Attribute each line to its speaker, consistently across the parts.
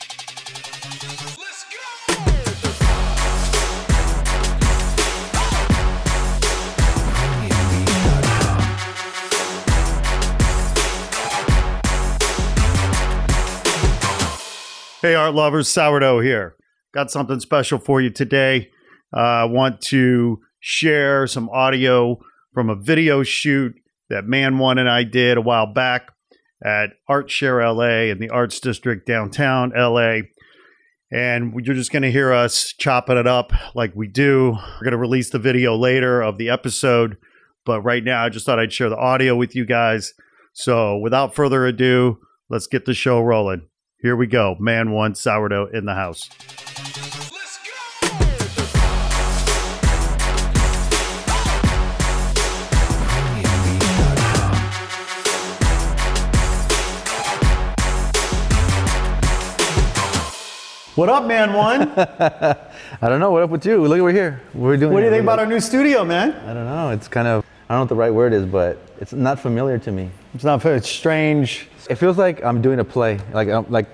Speaker 1: Let's go!
Speaker 2: Hey, art lovers, Sourdough here. Got something special for you today. I want to share some audio from a video shoot that Man One and I did a while back at Art Share LA in the Arts District downtown LA. And you're just going to hear us chopping it up like we do. We're going to release the video later of the episode. But right now, I just thought I'd share the audio with you guys. So without further ado, let's get the show rolling. Here we go. Man one sourdough in the house.
Speaker 1: Let's go!
Speaker 2: What up, man one? what
Speaker 3: I don't know. What up with you? Look, we're here. We're doing.
Speaker 2: do you
Speaker 3: it.
Speaker 2: think about our new studio, man?
Speaker 3: I don't know. It's kind of. I don't know what the right word is, but it's not familiar to me.
Speaker 2: It's not fair. It's strange.
Speaker 3: It feels like I'm doing a play. Like I'm like,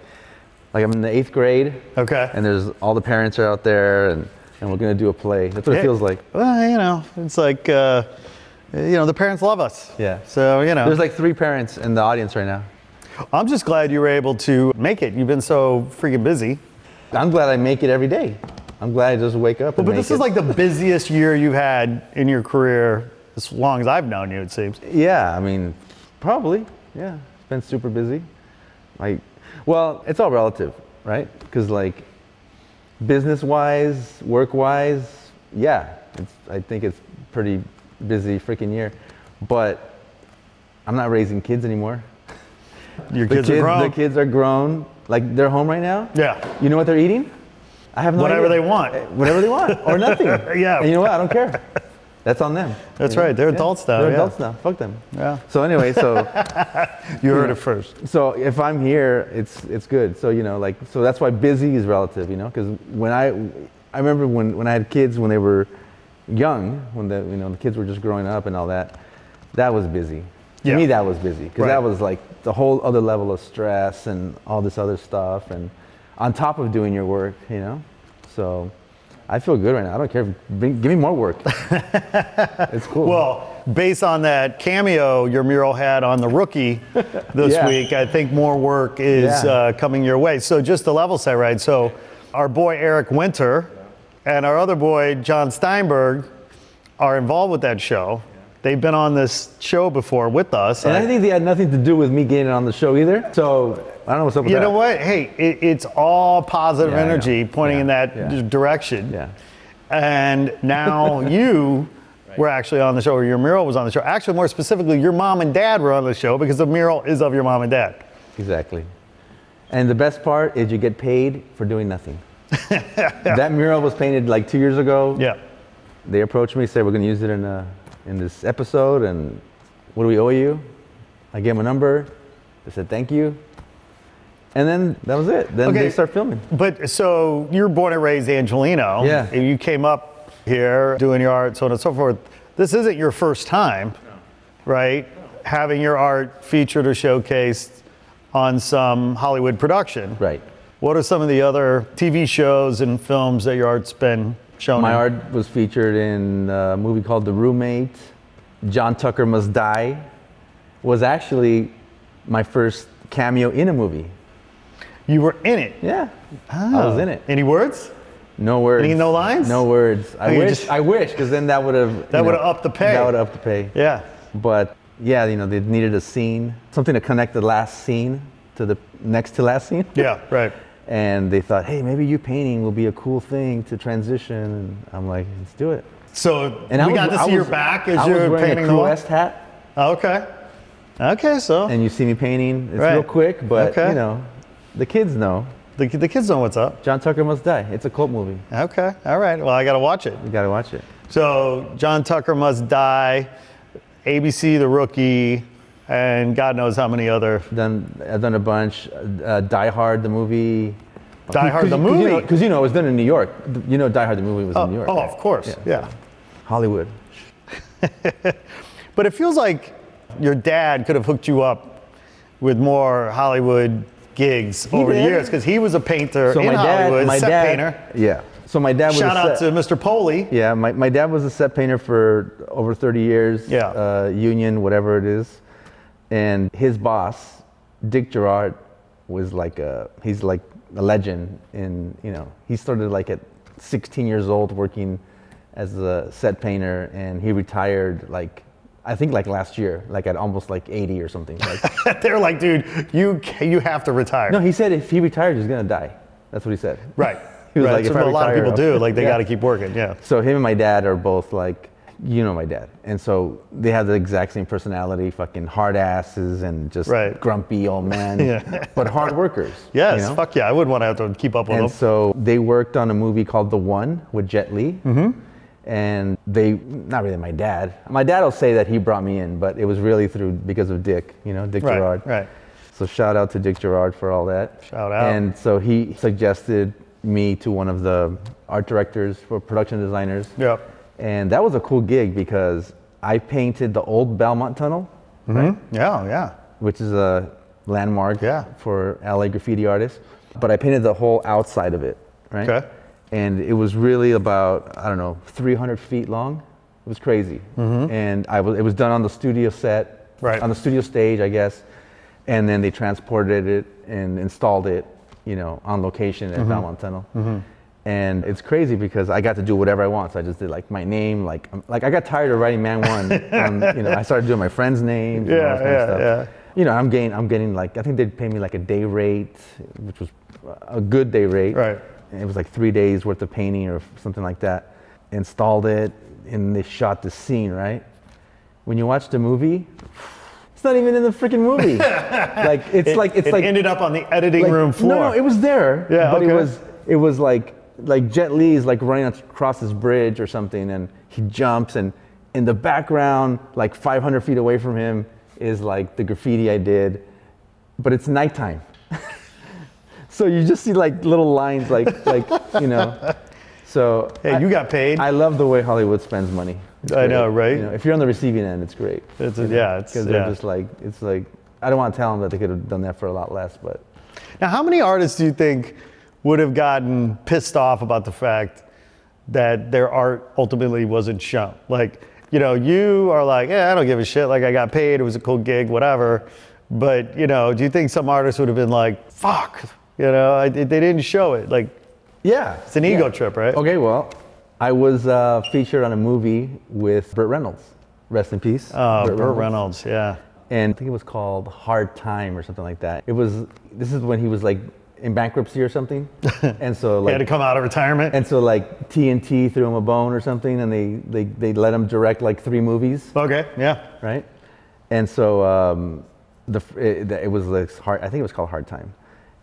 Speaker 3: like I'm in the eighth grade,
Speaker 2: Okay.
Speaker 3: and there's all the parents are out there, and and we're gonna do a play. That's what it feels like.
Speaker 2: Well, you know, it's like, uh, you know, the parents love us.
Speaker 3: Yeah.
Speaker 2: So, you know,
Speaker 3: There's like three parents in the audience right now.
Speaker 2: I'm just glad you were able to make it. You've been so freaking busy.
Speaker 3: I'm glad I make it every day. I'm glad I just wake up.
Speaker 2: But,
Speaker 3: and
Speaker 2: but
Speaker 3: make
Speaker 2: this is
Speaker 3: it.
Speaker 2: like the busiest year you've had in your career, as long as I've known you, it seems.
Speaker 3: Yeah, I mean, probably. Yeah, it's been super busy. Like, well, it's all relative, right? Because like, business-wise, work-wise, yeah, it's, I think it's pretty busy freaking year. But I'm not raising kids anymore.
Speaker 2: Your
Speaker 3: The
Speaker 2: kids, are grown.
Speaker 3: The kids are grown. Like they're home right now.
Speaker 2: Yeah.
Speaker 3: You know what they're eating? I have no
Speaker 2: Whatever
Speaker 3: idea.
Speaker 2: they want.
Speaker 3: Eh, Whatever they want, or nothing.
Speaker 2: Yeah.
Speaker 3: And you know what? I don't care. That's on them.
Speaker 2: That's
Speaker 3: You know?
Speaker 2: right. They're adults now,
Speaker 3: They're
Speaker 2: yeah.
Speaker 3: adults now. Fuck them.
Speaker 2: Yeah.
Speaker 3: So anyway, so
Speaker 2: You heard it first.
Speaker 3: so if I'm here, it's it's good. So you know, like so that's why busy is relative, you know, because when I I remember when when I had kids when they were young, when the you know the kids were just growing up and all that, that was busy.
Speaker 2: Yeah.
Speaker 3: To me, that was busy because
Speaker 2: Right.
Speaker 3: that was like the whole other level of stress and all this other stuff, and on top of doing your work, you know. So I feel good right now. I don't care. If, bring, give me more work. it's cool.
Speaker 2: Well, based on that cameo your mural had on the rookie this
Speaker 3: Yeah.
Speaker 2: week, I think more work is
Speaker 3: Yeah.
Speaker 2: uh, coming your way. So just to level set, right? So our boy Eric Winter and our other boy John Steinberg are involved with that show. They've been on this show before with us.
Speaker 3: and I think they had nothing to do with me getting on the show either. So I don't know what's up with
Speaker 2: you
Speaker 3: that.
Speaker 2: know what? Hey, it, it's all positive
Speaker 3: Yeah, I know.
Speaker 2: energy pointing
Speaker 3: Yeah,
Speaker 2: in that
Speaker 3: yeah.
Speaker 2: d- direction.
Speaker 3: Yeah.
Speaker 2: And now you were actually on the show, or your mural was on the show. Actually, more specifically, your mom and dad were on the show because the mural is of your mom and dad.
Speaker 3: Exactly. And the best part is you get paid for doing nothing. That mural was painted like two years ago.
Speaker 2: Yeah.
Speaker 3: They approached me, said we're gonna use it in uh in this episode, and what do we owe you? I gave them a number. They said thank you. And then that was it. Then
Speaker 2: Okay.
Speaker 3: they start filming.
Speaker 2: But so you're born and raised Angelino.
Speaker 3: Yeah.
Speaker 2: And you came up here doing your art, so on and so forth. This isn't your first time, right? Having your art featured or showcased on some Hollywood production.
Speaker 3: Right.
Speaker 2: What are some of the other TV shows and films that your art's been shown?
Speaker 3: My
Speaker 2: in?
Speaker 3: art was featured in a movie called The Roommate. John Tucker Must Die was actually my first cameo in a movie.
Speaker 2: You were in it.
Speaker 3: Yeah. I was in it.
Speaker 2: Any words?
Speaker 3: No words.
Speaker 2: Oh. Any no lines?
Speaker 3: No words. I
Speaker 2: you
Speaker 3: wish.
Speaker 2: just-
Speaker 3: I wish, because then that would have.
Speaker 2: That would've upped the pay.
Speaker 3: That would have upped the pay.
Speaker 2: Yeah.
Speaker 3: But yeah, you know, they needed a scene, something to connect the last scene to the next to last scene.
Speaker 2: Yeah. Right.
Speaker 3: And they thought, hey, maybe you painting will be a cool thing to transition. And I'm like, let's do it.
Speaker 2: So
Speaker 3: And
Speaker 2: we
Speaker 3: was-
Speaker 2: got to see
Speaker 3: was-
Speaker 2: your back as
Speaker 3: I was
Speaker 2: you're
Speaker 3: wearing
Speaker 2: painting
Speaker 3: a
Speaker 2: the
Speaker 3: Crew
Speaker 2: wall.
Speaker 3: West hat,
Speaker 2: Okay. Okay. So
Speaker 3: and you see me painting. It's
Speaker 2: Right.
Speaker 3: real quick, but
Speaker 2: Okay.
Speaker 3: you know, the kids know.
Speaker 2: the, the kids know what's up.
Speaker 3: John Tucker Must Die. It's a cult movie.
Speaker 2: Okay. All right. Well, I got to watch it.
Speaker 3: You gotta watch it.
Speaker 2: So John Tucker Must Die, ABC The Rookie, and God knows how many other.
Speaker 3: Done, I've done a bunch. Uh, Die Hard, the movie.
Speaker 2: Die Hard, the movie?
Speaker 3: Because you, know, it was done in New York. You know, Die Hard, the movie was in New York.
Speaker 2: Oh,
Speaker 3: right?
Speaker 2: of course, yeah.
Speaker 3: Hollywood.
Speaker 2: But it feels like your dad could have hooked you up with more Hollywood gigs over the
Speaker 3: did.
Speaker 2: years because he was a painter in Hollywood, set painter.
Speaker 3: Yeah. So my dad was
Speaker 2: Shout
Speaker 3: a
Speaker 2: out
Speaker 3: set,
Speaker 2: to Mr. Poli.
Speaker 3: Yeah, my, my dad was a set painter for over 30 years.
Speaker 2: Yeah.
Speaker 3: Uh, union, whatever it is. And his boss, Dick Gerard, was like a, he's like a legend. And, you know, he started like at 16 years old working as a set painter and he retired like, I think like last year, like at almost like 80 or something. Like,
Speaker 2: They're like, dude, you ca- you have to retire.
Speaker 3: no, he said if he retired, he's going to die. That's what he said.
Speaker 2: right.
Speaker 3: He was
Speaker 2: right.
Speaker 3: like,
Speaker 2: That's
Speaker 3: if I
Speaker 2: what a lot of
Speaker 3: retire,
Speaker 2: people do.
Speaker 3: I'll-
Speaker 2: Like they
Speaker 3: Yeah.
Speaker 2: got to keep working. Yeah.
Speaker 3: So him and my dad are both like, you know my dad, and so they have the exact same personality, fucking hard asses and just
Speaker 2: Right.
Speaker 3: grumpy old men,
Speaker 2: Yeah.
Speaker 3: but hard workers.
Speaker 2: Yes.
Speaker 3: you know?
Speaker 2: Fuck yeah. I wouldn't want to have to keep up with
Speaker 3: And
Speaker 2: them.
Speaker 3: so they worked on a movie called The One with Jet Li. Mm-hmm. And they, not really my dad. My dad will say that he brought me in, but it was really through because of Dick, you know, Dick
Speaker 2: Right,
Speaker 3: Gerard.
Speaker 2: right.
Speaker 3: So shout out to Dick Gerard for all that.
Speaker 2: Shout out.
Speaker 3: And so he suggested me to one of the art directors for production designers.
Speaker 2: Yep.
Speaker 3: And that was a cool gig because I painted the old Belmont Tunnel,
Speaker 2: Mm-hmm.
Speaker 3: right?
Speaker 2: Yeah. Yeah.
Speaker 3: which is a landmark
Speaker 2: Yeah.
Speaker 3: for LA graffiti artists. But I painted the whole outside of it, right?
Speaker 2: Okay.
Speaker 3: And it was really about I don't know 300 feet long. It was crazy. And I was it was done on the studio set,
Speaker 2: Mm-hmm. Right.
Speaker 3: On the studio stage, I guess. And then they transported it and installed it, you know, on location
Speaker 2: Mm-hmm.
Speaker 3: at Belmont Tunnel. And it's crazy because I got to do whatever I want. So I just did like my name, like um, like I got tired of writing man one. on, you know, I started doing my friends' names and all
Speaker 2: Yeah,
Speaker 3: this kind of
Speaker 2: yeah,
Speaker 3: stuff.
Speaker 2: yeah.
Speaker 3: You know, I'm getting, I'm getting like, I think they'd pay me like a day rate, which was a good day rate.
Speaker 2: Right.
Speaker 3: And it was like three days worth of painting or something like that. Installed it, and they shot the scene, right? When you watch the movie, it's not even in the freaking movie. like it's
Speaker 2: It,
Speaker 3: like it's
Speaker 2: it
Speaker 3: like
Speaker 2: ended up on the editing
Speaker 3: like-
Speaker 2: room floor.
Speaker 3: No, no, it was there.
Speaker 2: Yeah,
Speaker 3: but
Speaker 2: okay.
Speaker 3: it was it was like like Jet Li is like running across this bridge or something, and he jumps, and in the background, like 500 feet away from him, is like the graffiti I did, but it's nighttime. so you just see like little lines, like like you know. So
Speaker 2: Hey,
Speaker 3: I-
Speaker 2: you got paid.
Speaker 3: I love the way Hollywood spends money. It's
Speaker 2: I know,
Speaker 3: great.
Speaker 2: right?
Speaker 3: You know, if you're on the receiving end, it's great.
Speaker 2: It's a- yeah, it's-
Speaker 3: because they're
Speaker 2: yeah.
Speaker 3: just like it's like I don't want to tell them that they could have done that for a lot less, but
Speaker 2: Now, how many artists do you think would have gotten pissed off about the fact that their art ultimately wasn't shown? Like, you know, you are like, yeah, I don't give a shit. Like, I got paid. It was a cool gig, whatever. But, you know, do you think some artists would have been like, fuck, you know, I, they didn't show it? Like,
Speaker 3: yeah,
Speaker 2: it's an ego trip, right?
Speaker 3: Okay, well, I was uh, featured on a movie with Burt Reynolds. Rest in peace.
Speaker 2: Uh, Burt Reynolds, yeah.
Speaker 3: And I think it was called Hard Time or something like that. It was. This is when he was like in bankruptcy or something, and so
Speaker 2: He had to
Speaker 3: like
Speaker 2: come out of retirement.
Speaker 3: and so like TNT threw him a bone or something, and they they they let him direct like three movies.
Speaker 2: okay, yeah.
Speaker 3: right? And so um, the f- it, it was like hard. I think it was called Hard Time,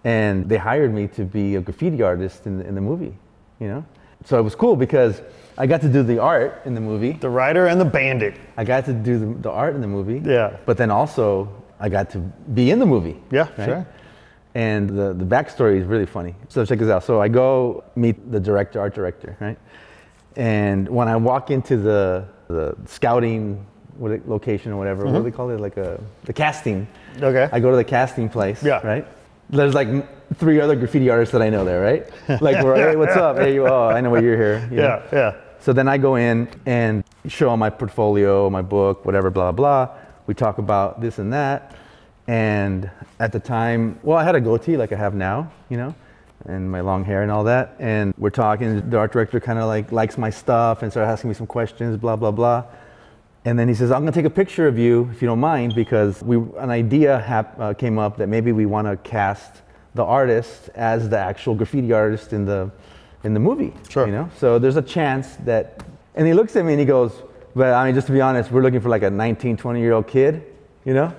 Speaker 3: and they hired me to be a graffiti artist in the, in the movie. You know, so it was cool because I got to do the art in the movie.
Speaker 2: The writer and the bandit.
Speaker 3: I got to do the, the art in the movie.
Speaker 2: Yeah.
Speaker 3: But then also I got to be in the movie.
Speaker 2: Yeah, sure.
Speaker 3: And the, the backstory is really funny. So check this out. So I go meet the director, art director, right? And when I walk into the the scouting what it, location or whatever, what do they call it? Like a the casting.
Speaker 2: Mm-hmm. Okay.
Speaker 3: I go to the casting place.
Speaker 2: Yeah.
Speaker 3: Right. There's like m- three other graffiti artists that I know there, right? Like, we're, hey, what's up? Hey, you, oh, I know why you're here. you know?
Speaker 2: Yeah, yeah.
Speaker 3: So then I go in and show them my portfolio, my book, whatever, blah, blah, blah. We talk about this and that. And at the time, well, I had a goatee like I have now, you know, and my long hair and all that. And we're talking, the art director kind of like likes my stuff and started asking me some questions, blah, blah, blah. And then he says, I'm going to take a picture of you if you don't mind, because we, an idea hap, uh, came up that maybe we want to cast the artist as the actual graffiti artist in the, in the movie.
Speaker 2: Sure.
Speaker 3: You know? So there's a chance that, and he looks at me and he goes, but I mean, just to be honest, we're looking for like a 19, 20 year old kid, you know?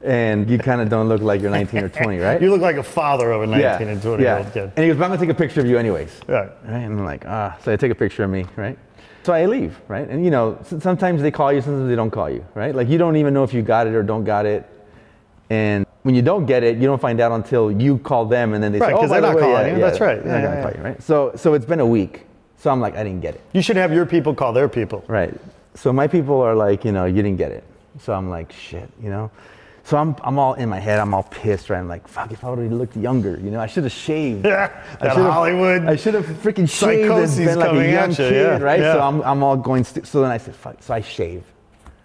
Speaker 3: And you kind of don't look like you're 19 or 20, right?
Speaker 2: You look like a father of a 19 and 20 year old kid.
Speaker 3: And he goes, but I'm going to take a picture of you anyways.
Speaker 2: Right.
Speaker 3: Right? And I'm like, ah. So they take a picture of me, right? So I leave, right? And you know, s- sometimes they call you, sometimes they don't call you, right? Like you don't even know if you got it or don't got it. And when you don't get it, you don't find out until you call them, and then they
Speaker 4: Right,
Speaker 3: say, "Oh,
Speaker 4: 'cause
Speaker 3: by
Speaker 4: they're
Speaker 3: the
Speaker 4: not
Speaker 3: way,
Speaker 4: calling you. That's right.
Speaker 3: they're not
Speaker 4: Yeah,
Speaker 3: gonna
Speaker 4: yeah,
Speaker 3: call
Speaker 4: yeah.
Speaker 3: you, right? So, so it's been a week. So I'm like, I didn't get it.
Speaker 2: You should have your people call their people.
Speaker 3: Right. So my people are like, you know, you didn't get it. So I'm like, shit, you know. So I'm, I'm all in my head. I'm all pissed, right? I'm like, fuck, if I would have looked younger, you know, I should have shaved.
Speaker 2: Yeah,
Speaker 3: I
Speaker 2: that
Speaker 3: should've-
Speaker 2: Hollywood
Speaker 3: I should have freaking shaved and
Speaker 2: psychosis
Speaker 3: been like
Speaker 2: coming
Speaker 3: a young
Speaker 2: at you,
Speaker 3: kid,
Speaker 2: yeah,
Speaker 3: right? So
Speaker 2: yeah.
Speaker 3: I'm, I'm all going. St- so then I said, fuck. So I shave.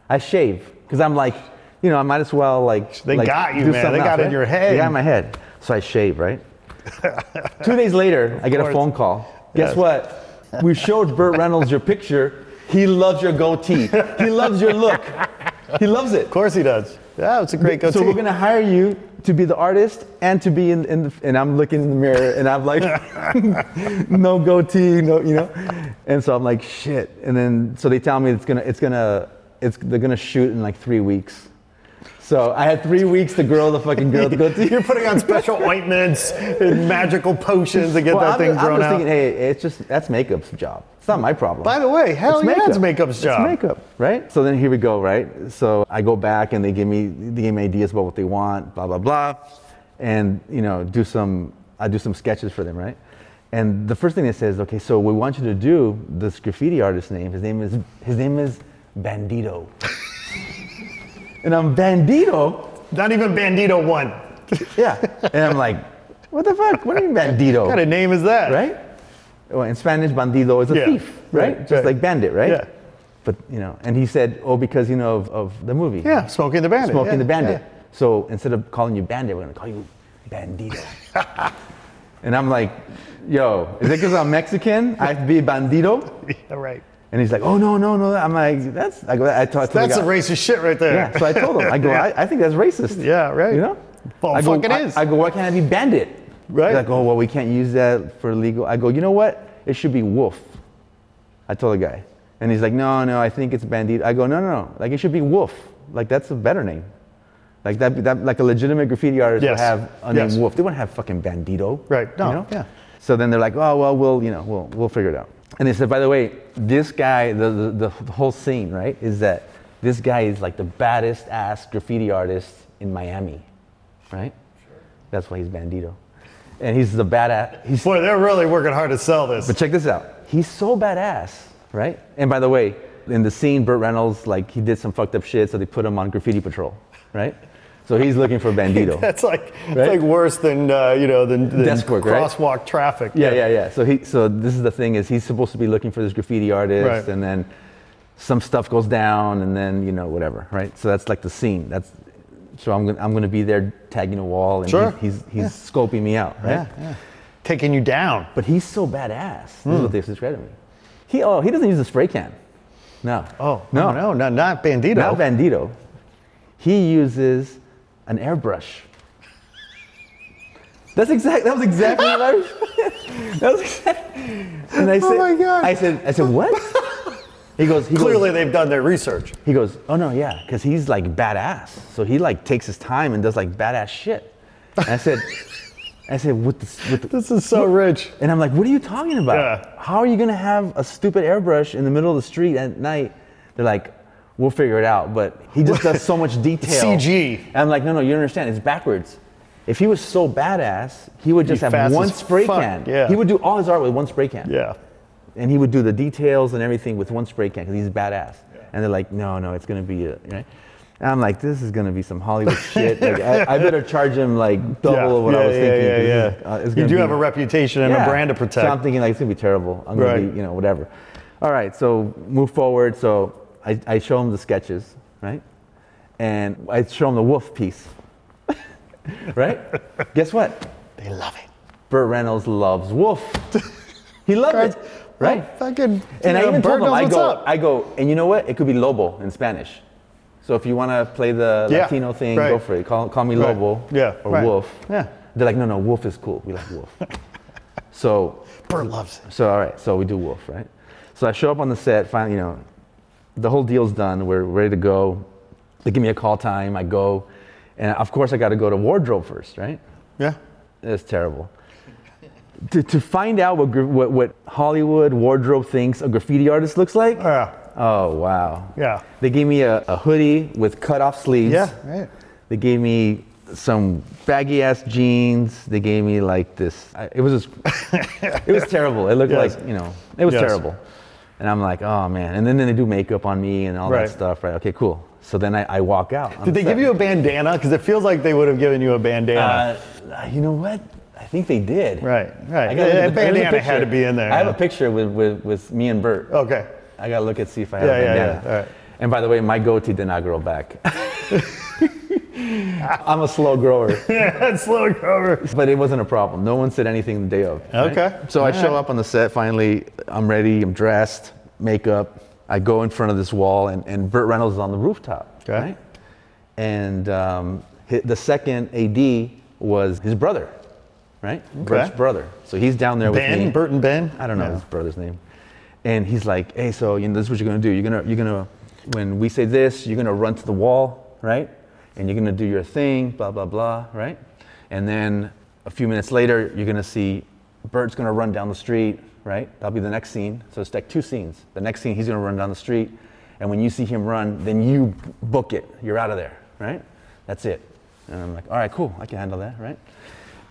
Speaker 3: I shave because I'm like, you know, I might as well like.
Speaker 2: They
Speaker 3: like,
Speaker 2: got you,
Speaker 3: do
Speaker 2: man. They
Speaker 3: something
Speaker 2: got in your head.
Speaker 3: They got in my head. So I shave, right? Two days later, I get a
Speaker 2: course.
Speaker 3: phone call.
Speaker 2: Yes.
Speaker 3: Guess what? We showed Burt Reynolds your picture. He loves your goatee. He loves your look. He loves it.
Speaker 2: Of course he does. Yeah, it's a great go-to.
Speaker 3: So we're gonna hire you to be the artist and to be in, in the, and I'm looking in the mirror and I'm like, no goatee, no, you know, and so I'm like, shit. And then so they tell me it's gonna, it's gonna, it's they're gonna shoot in like three weeks. So I had three weeks to grow the fucking girl the goatee.
Speaker 2: You're putting on special ointments and magical potions to get
Speaker 3: Well,
Speaker 2: that
Speaker 3: I'm,
Speaker 2: thing
Speaker 3: I'm
Speaker 2: grown
Speaker 3: just
Speaker 2: out.
Speaker 3: thinking, hey, it's just that's makeup's job. It's not my problem.
Speaker 2: By the way, hell yeah, it's makeup's job.
Speaker 3: It's makeup, right? So then here we go, right? So I go back and they give me they give me ideas about what they want, blah blah blah, and you know do some I do some sketches for them, right? And the first thing they say is, okay, so we want you to do this graffiti artist's name. His name is his name is Bandito. and I'm Bandito.
Speaker 2: Not even Bandito One.
Speaker 3: Yeah. And I'm like, what the fuck? What do you mean Bandito?
Speaker 2: What kind of name is that?
Speaker 3: right? Well, in Spanish, bandido is a
Speaker 2: Yeah,
Speaker 3: thief, right?
Speaker 2: right,
Speaker 3: Just
Speaker 2: right.
Speaker 3: like bandit, right?
Speaker 2: Yeah.
Speaker 3: But you know, and he said, "Oh, because you know of, of the movie."
Speaker 2: Yeah, Smoking the Bandit.
Speaker 3: Smoking
Speaker 2: yeah,
Speaker 3: the bandit.
Speaker 2: yeah.
Speaker 3: So instead of calling you bandit, we're gonna call you bandito. and I'm like, "Yo, is it because I'm Mexican? I have to be bandito?"
Speaker 2: Yeah, right.
Speaker 3: And he's like, "Oh no, no, no!" I'm like, "That's I go, I told, I told the
Speaker 2: That's
Speaker 3: guy-
Speaker 2: a racist shit right there.
Speaker 3: yeah, so I told him, I go,
Speaker 2: Yeah.
Speaker 3: I, I think that's racist.
Speaker 2: Yeah, right.
Speaker 3: You know?
Speaker 2: Well,
Speaker 3: I go,
Speaker 2: fuck it
Speaker 3: I-
Speaker 2: is.
Speaker 3: I go, why can't I be bandit?
Speaker 2: Right.
Speaker 3: They're like, oh, well, we can't use that for legal. I go, you know what? It should be wolf. I told the guy. And he's like, no, no, I think it's bandit. I go, no, no, no. Like, it should be wolf. Like, that's a better name. Like, that, that like a legitimate graffiti artist
Speaker 2: Yes.
Speaker 3: would have a name
Speaker 2: Yes.
Speaker 3: wolf. They wouldn't have fucking bandito.
Speaker 2: Right. No.
Speaker 3: You know?
Speaker 2: Yeah.
Speaker 3: So then they're like, oh well, we'll you know we'll we'll figure it out. And they said, by the way, this guy, the the, the whole scene, right, is that this guy is like the baddest ass graffiti artist in Miami, right? That's why he's bandito, and he's the badass. He's
Speaker 2: Boy, they're really working hard to sell this.
Speaker 3: but check this out. He's so badass, right? And by the way, in the scene, Burt Reynolds like he did some fucked up shit, so they put him on graffiti patrol, right? So he's looking for bandito.
Speaker 2: That's like it's like
Speaker 3: Right?
Speaker 2: worse than uh, you know than, than
Speaker 3: Desk work, right?
Speaker 2: crosswalk traffic.
Speaker 3: Yeah, yeah, yeah. So he, so this is the thing is he's supposed to be looking for this graffiti artist,
Speaker 2: Right.
Speaker 3: and then some stuff goes down, and then you know whatever, right? So that's like the scene. That's so I'm gonna, I'm gonna be there tagging a wall, and
Speaker 2: Sure.
Speaker 3: he's he's, he's scoping me out, right?
Speaker 2: Taking you down.
Speaker 3: But he's so badass. This is
Speaker 2: Hmm.
Speaker 3: what they've described to me. He oh he doesn't use a spray can. No.
Speaker 2: Oh no, no, no, not Bandito.
Speaker 3: Not Bandito. He uses an airbrush. That's exact. That was exactly what I was. that was exact. And I said,
Speaker 2: Oh my God.
Speaker 3: I said, I said, what? He goes. He
Speaker 2: Clearly,
Speaker 3: Goes,
Speaker 2: they've done their research.
Speaker 3: he goes. Oh no, yeah, because he's like badass. So he like takes his time and does like badass shit. And I said, I said, with the, with the
Speaker 2: This is so rich.
Speaker 3: and I'm like, what are you talking about?
Speaker 2: Yeah.
Speaker 3: How are you gonna have a stupid airbrush in the middle of the street at night? They're like, we'll figure it out. But he just does so much detail.
Speaker 2: CG.
Speaker 3: And I'm like, no, no, you don't understand. It's backwards. If he was so badass, he would just have
Speaker 2: fast
Speaker 3: one
Speaker 2: as
Speaker 3: spray
Speaker 2: fuck,
Speaker 3: can.
Speaker 2: yeah.
Speaker 3: He would do all his art with one spray can.
Speaker 2: Yeah.
Speaker 3: And he would do the details and everything with one spray can because he's badass. And they're like, no, no, it's gonna be a, right? And I'm like, this is gonna be some Hollywood shit. Like, I, I better charge him like double
Speaker 2: yeah.
Speaker 3: of what I was
Speaker 2: yeah,
Speaker 3: thinking.
Speaker 2: Yeah, yeah,
Speaker 3: 'cause this is- uh, it's
Speaker 2: you
Speaker 3: gonna
Speaker 2: do
Speaker 3: be-
Speaker 2: have a reputation and a brand to protect.
Speaker 3: so I'm thinking like it's gonna be terrible. I'm gonna
Speaker 2: Right.
Speaker 3: be, you know, whatever. All right, so move forward. So I, I show him the sketches, right? And I show him the wolf piece. right? Guess what?
Speaker 2: They love it.
Speaker 3: Burt Reynolds loves wolf. He loved it. Right?
Speaker 2: fucking.
Speaker 3: and I even
Speaker 2: bird
Speaker 3: told him,
Speaker 2: knows
Speaker 3: I
Speaker 2: what's
Speaker 3: go,
Speaker 2: up.
Speaker 3: I go, and you know what? It could be Lobo in Spanish. So if you want to play the
Speaker 2: Yeah,
Speaker 3: Latino thing,
Speaker 2: right.
Speaker 3: go for it. Call, call me
Speaker 2: Right.
Speaker 3: Lobo
Speaker 2: Yeah,
Speaker 3: or
Speaker 2: right.
Speaker 3: Wolf.
Speaker 2: Yeah.
Speaker 3: They're like, no, no, Wolf is cool. We like Wolf. so
Speaker 2: Bird loves it.
Speaker 3: so all right, so we do Wolf, right? So I show up on the set, finally, you know, the whole deal's done. We're ready to go. They give me a call time. I go, and of course I got to go to wardrobe first, right?
Speaker 2: Yeah.
Speaker 3: It's terrible. to, to find out what, gra- what what Hollywood wardrobe thinks a graffiti artist looks like.
Speaker 2: Yeah.
Speaker 3: Oh wow.
Speaker 2: Yeah.
Speaker 3: They gave me a, a hoodie with cut off sleeves.
Speaker 2: Yeah, right.
Speaker 3: They gave me some baggy ass jeans. They gave me like this. I, it was just, it was terrible. It looked
Speaker 2: Yes.
Speaker 3: like you know it was
Speaker 2: Yes.
Speaker 3: terrible. And I'm like, oh man. And then, then they do makeup on me and all
Speaker 2: Right.
Speaker 3: that stuff. Right. Okay. Cool. So then I, I walk out. on
Speaker 2: Did they
Speaker 3: set.
Speaker 2: give you a bandana? Because it feels like they would have given you a bandana.
Speaker 3: Uh, you know what? I think they did.
Speaker 2: Right, right.
Speaker 3: I gotta look
Speaker 2: Yeah,
Speaker 3: at the- there's a
Speaker 2: bandana had
Speaker 3: picture.
Speaker 2: to be in there,
Speaker 3: I have
Speaker 2: yeah.
Speaker 3: a picture with, with, with me and Bert.
Speaker 2: okay.
Speaker 3: I gotta look and see if I have
Speaker 2: Yeah,
Speaker 3: a
Speaker 2: yeah,
Speaker 3: bandana.
Speaker 2: yeah, all right.
Speaker 3: And by the way, my goatee did not grow back. I'm a slow grower,
Speaker 2: Yeah, slow cover.
Speaker 3: but it wasn't a problem. No one said anything the day of.
Speaker 2: Okay.
Speaker 3: So I show up on the set finally. I'm ready. I'm dressed, makeup. I go in front of this wall, and, and Burt Reynolds is on the rooftop.
Speaker 2: Okay.
Speaker 3: Right? And um, hi- the second AD was his brother, right? Bert's brother. So he's down there with me.
Speaker 2: Ben, Burton Ben.
Speaker 3: I don't know
Speaker 2: Yeah.
Speaker 3: his brother's name. And he's like, hey, so you know, this is what you're gonna do. You're gonna, you're gonna, when we say this, you're gonna run to the wall, right? And you're gonna do your thing, blah blah blah, right? And then a few minutes later, you're gonna see Bert's gonna run down the street, right? That'll be the next scene. So it's like two scenes. The next scene, he's gonna run down the street, and when you see him run, then you book it. You're out of there, right? That's it. And I'm like, all right, cool, I can handle that, right?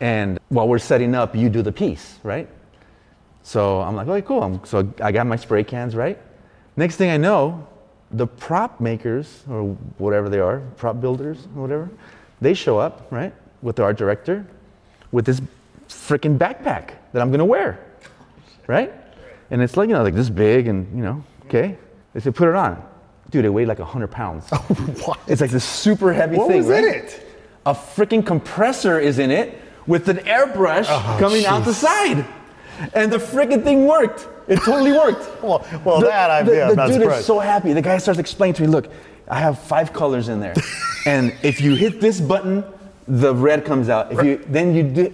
Speaker 3: And while we're setting up, you do the piece, right? So I'm like, okay, cool. I'm, so I got my spray cans, right? Next thing I know, the prop makers or whatever they are, prop builders or whatever, they show up, right, with the art director with this freaking backpack that I'm gonna wear, right? And it's like, you know, like this big and, you know, okay. They said, put it on. Dude, it weighed like 100 pounds.
Speaker 2: Oh, What?
Speaker 3: It's like this super heavy
Speaker 2: What
Speaker 3: thing.
Speaker 2: was in
Speaker 3: right?
Speaker 2: it?
Speaker 3: A freaking compressor is in it with an airbrush
Speaker 2: Oh,
Speaker 3: coming out the side. And the freaking thing worked. It totally worked.
Speaker 2: Well- well, that I-
Speaker 3: the,
Speaker 2: yeah,
Speaker 3: the
Speaker 2: I'm not
Speaker 3: dude
Speaker 2: surprised.
Speaker 3: is so happy. The guy starts explaining to me, look, I have five colors in there. and if you hit this button, the red comes out. If you then you do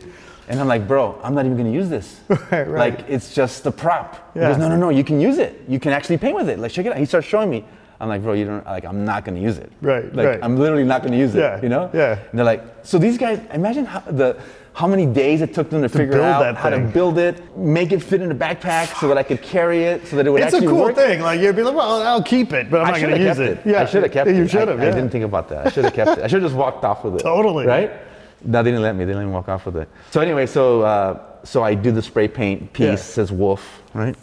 Speaker 3: and I'm like, bro, I'm not even gonna use this.
Speaker 2: Right, right.
Speaker 3: Like it's just the prop. He
Speaker 2: Yeah.
Speaker 3: goes, no, no, no, you can use it. You can actually paint with it. Like check it out. He starts showing me. I'm like, bro, you don't like I'm not gonna use it.
Speaker 2: Right,
Speaker 3: Like
Speaker 2: right.
Speaker 3: I'm literally not gonna use it.
Speaker 2: Yeah,
Speaker 3: You know?
Speaker 2: yeah.
Speaker 3: And they're like, so these guys, imagine how, the how many days it took them to, figure
Speaker 2: build
Speaker 3: out
Speaker 2: that
Speaker 3: how to
Speaker 2: thing.
Speaker 3: build it, make it fit in a backpack so that I could carry it, so that it would
Speaker 2: It's a
Speaker 3: actually
Speaker 2: cool
Speaker 3: work.
Speaker 2: thing. Like you'd be like, well, I'll keep it, but I'm
Speaker 3: I
Speaker 2: not
Speaker 3: should
Speaker 2: going
Speaker 3: have
Speaker 2: to use
Speaker 3: kept
Speaker 2: it.
Speaker 3: it. I should have kept it.
Speaker 2: You should have.
Speaker 3: I,
Speaker 2: yeah.
Speaker 3: I didn't think about that. I should have kept it. I should have just walked off with it.
Speaker 2: Totally.
Speaker 3: Right? Now they didn't let me. They didn't walk off with it. So anyway, so uh, so I do the spray paint piece.
Speaker 2: Yeah.
Speaker 3: Says Wolf. Right.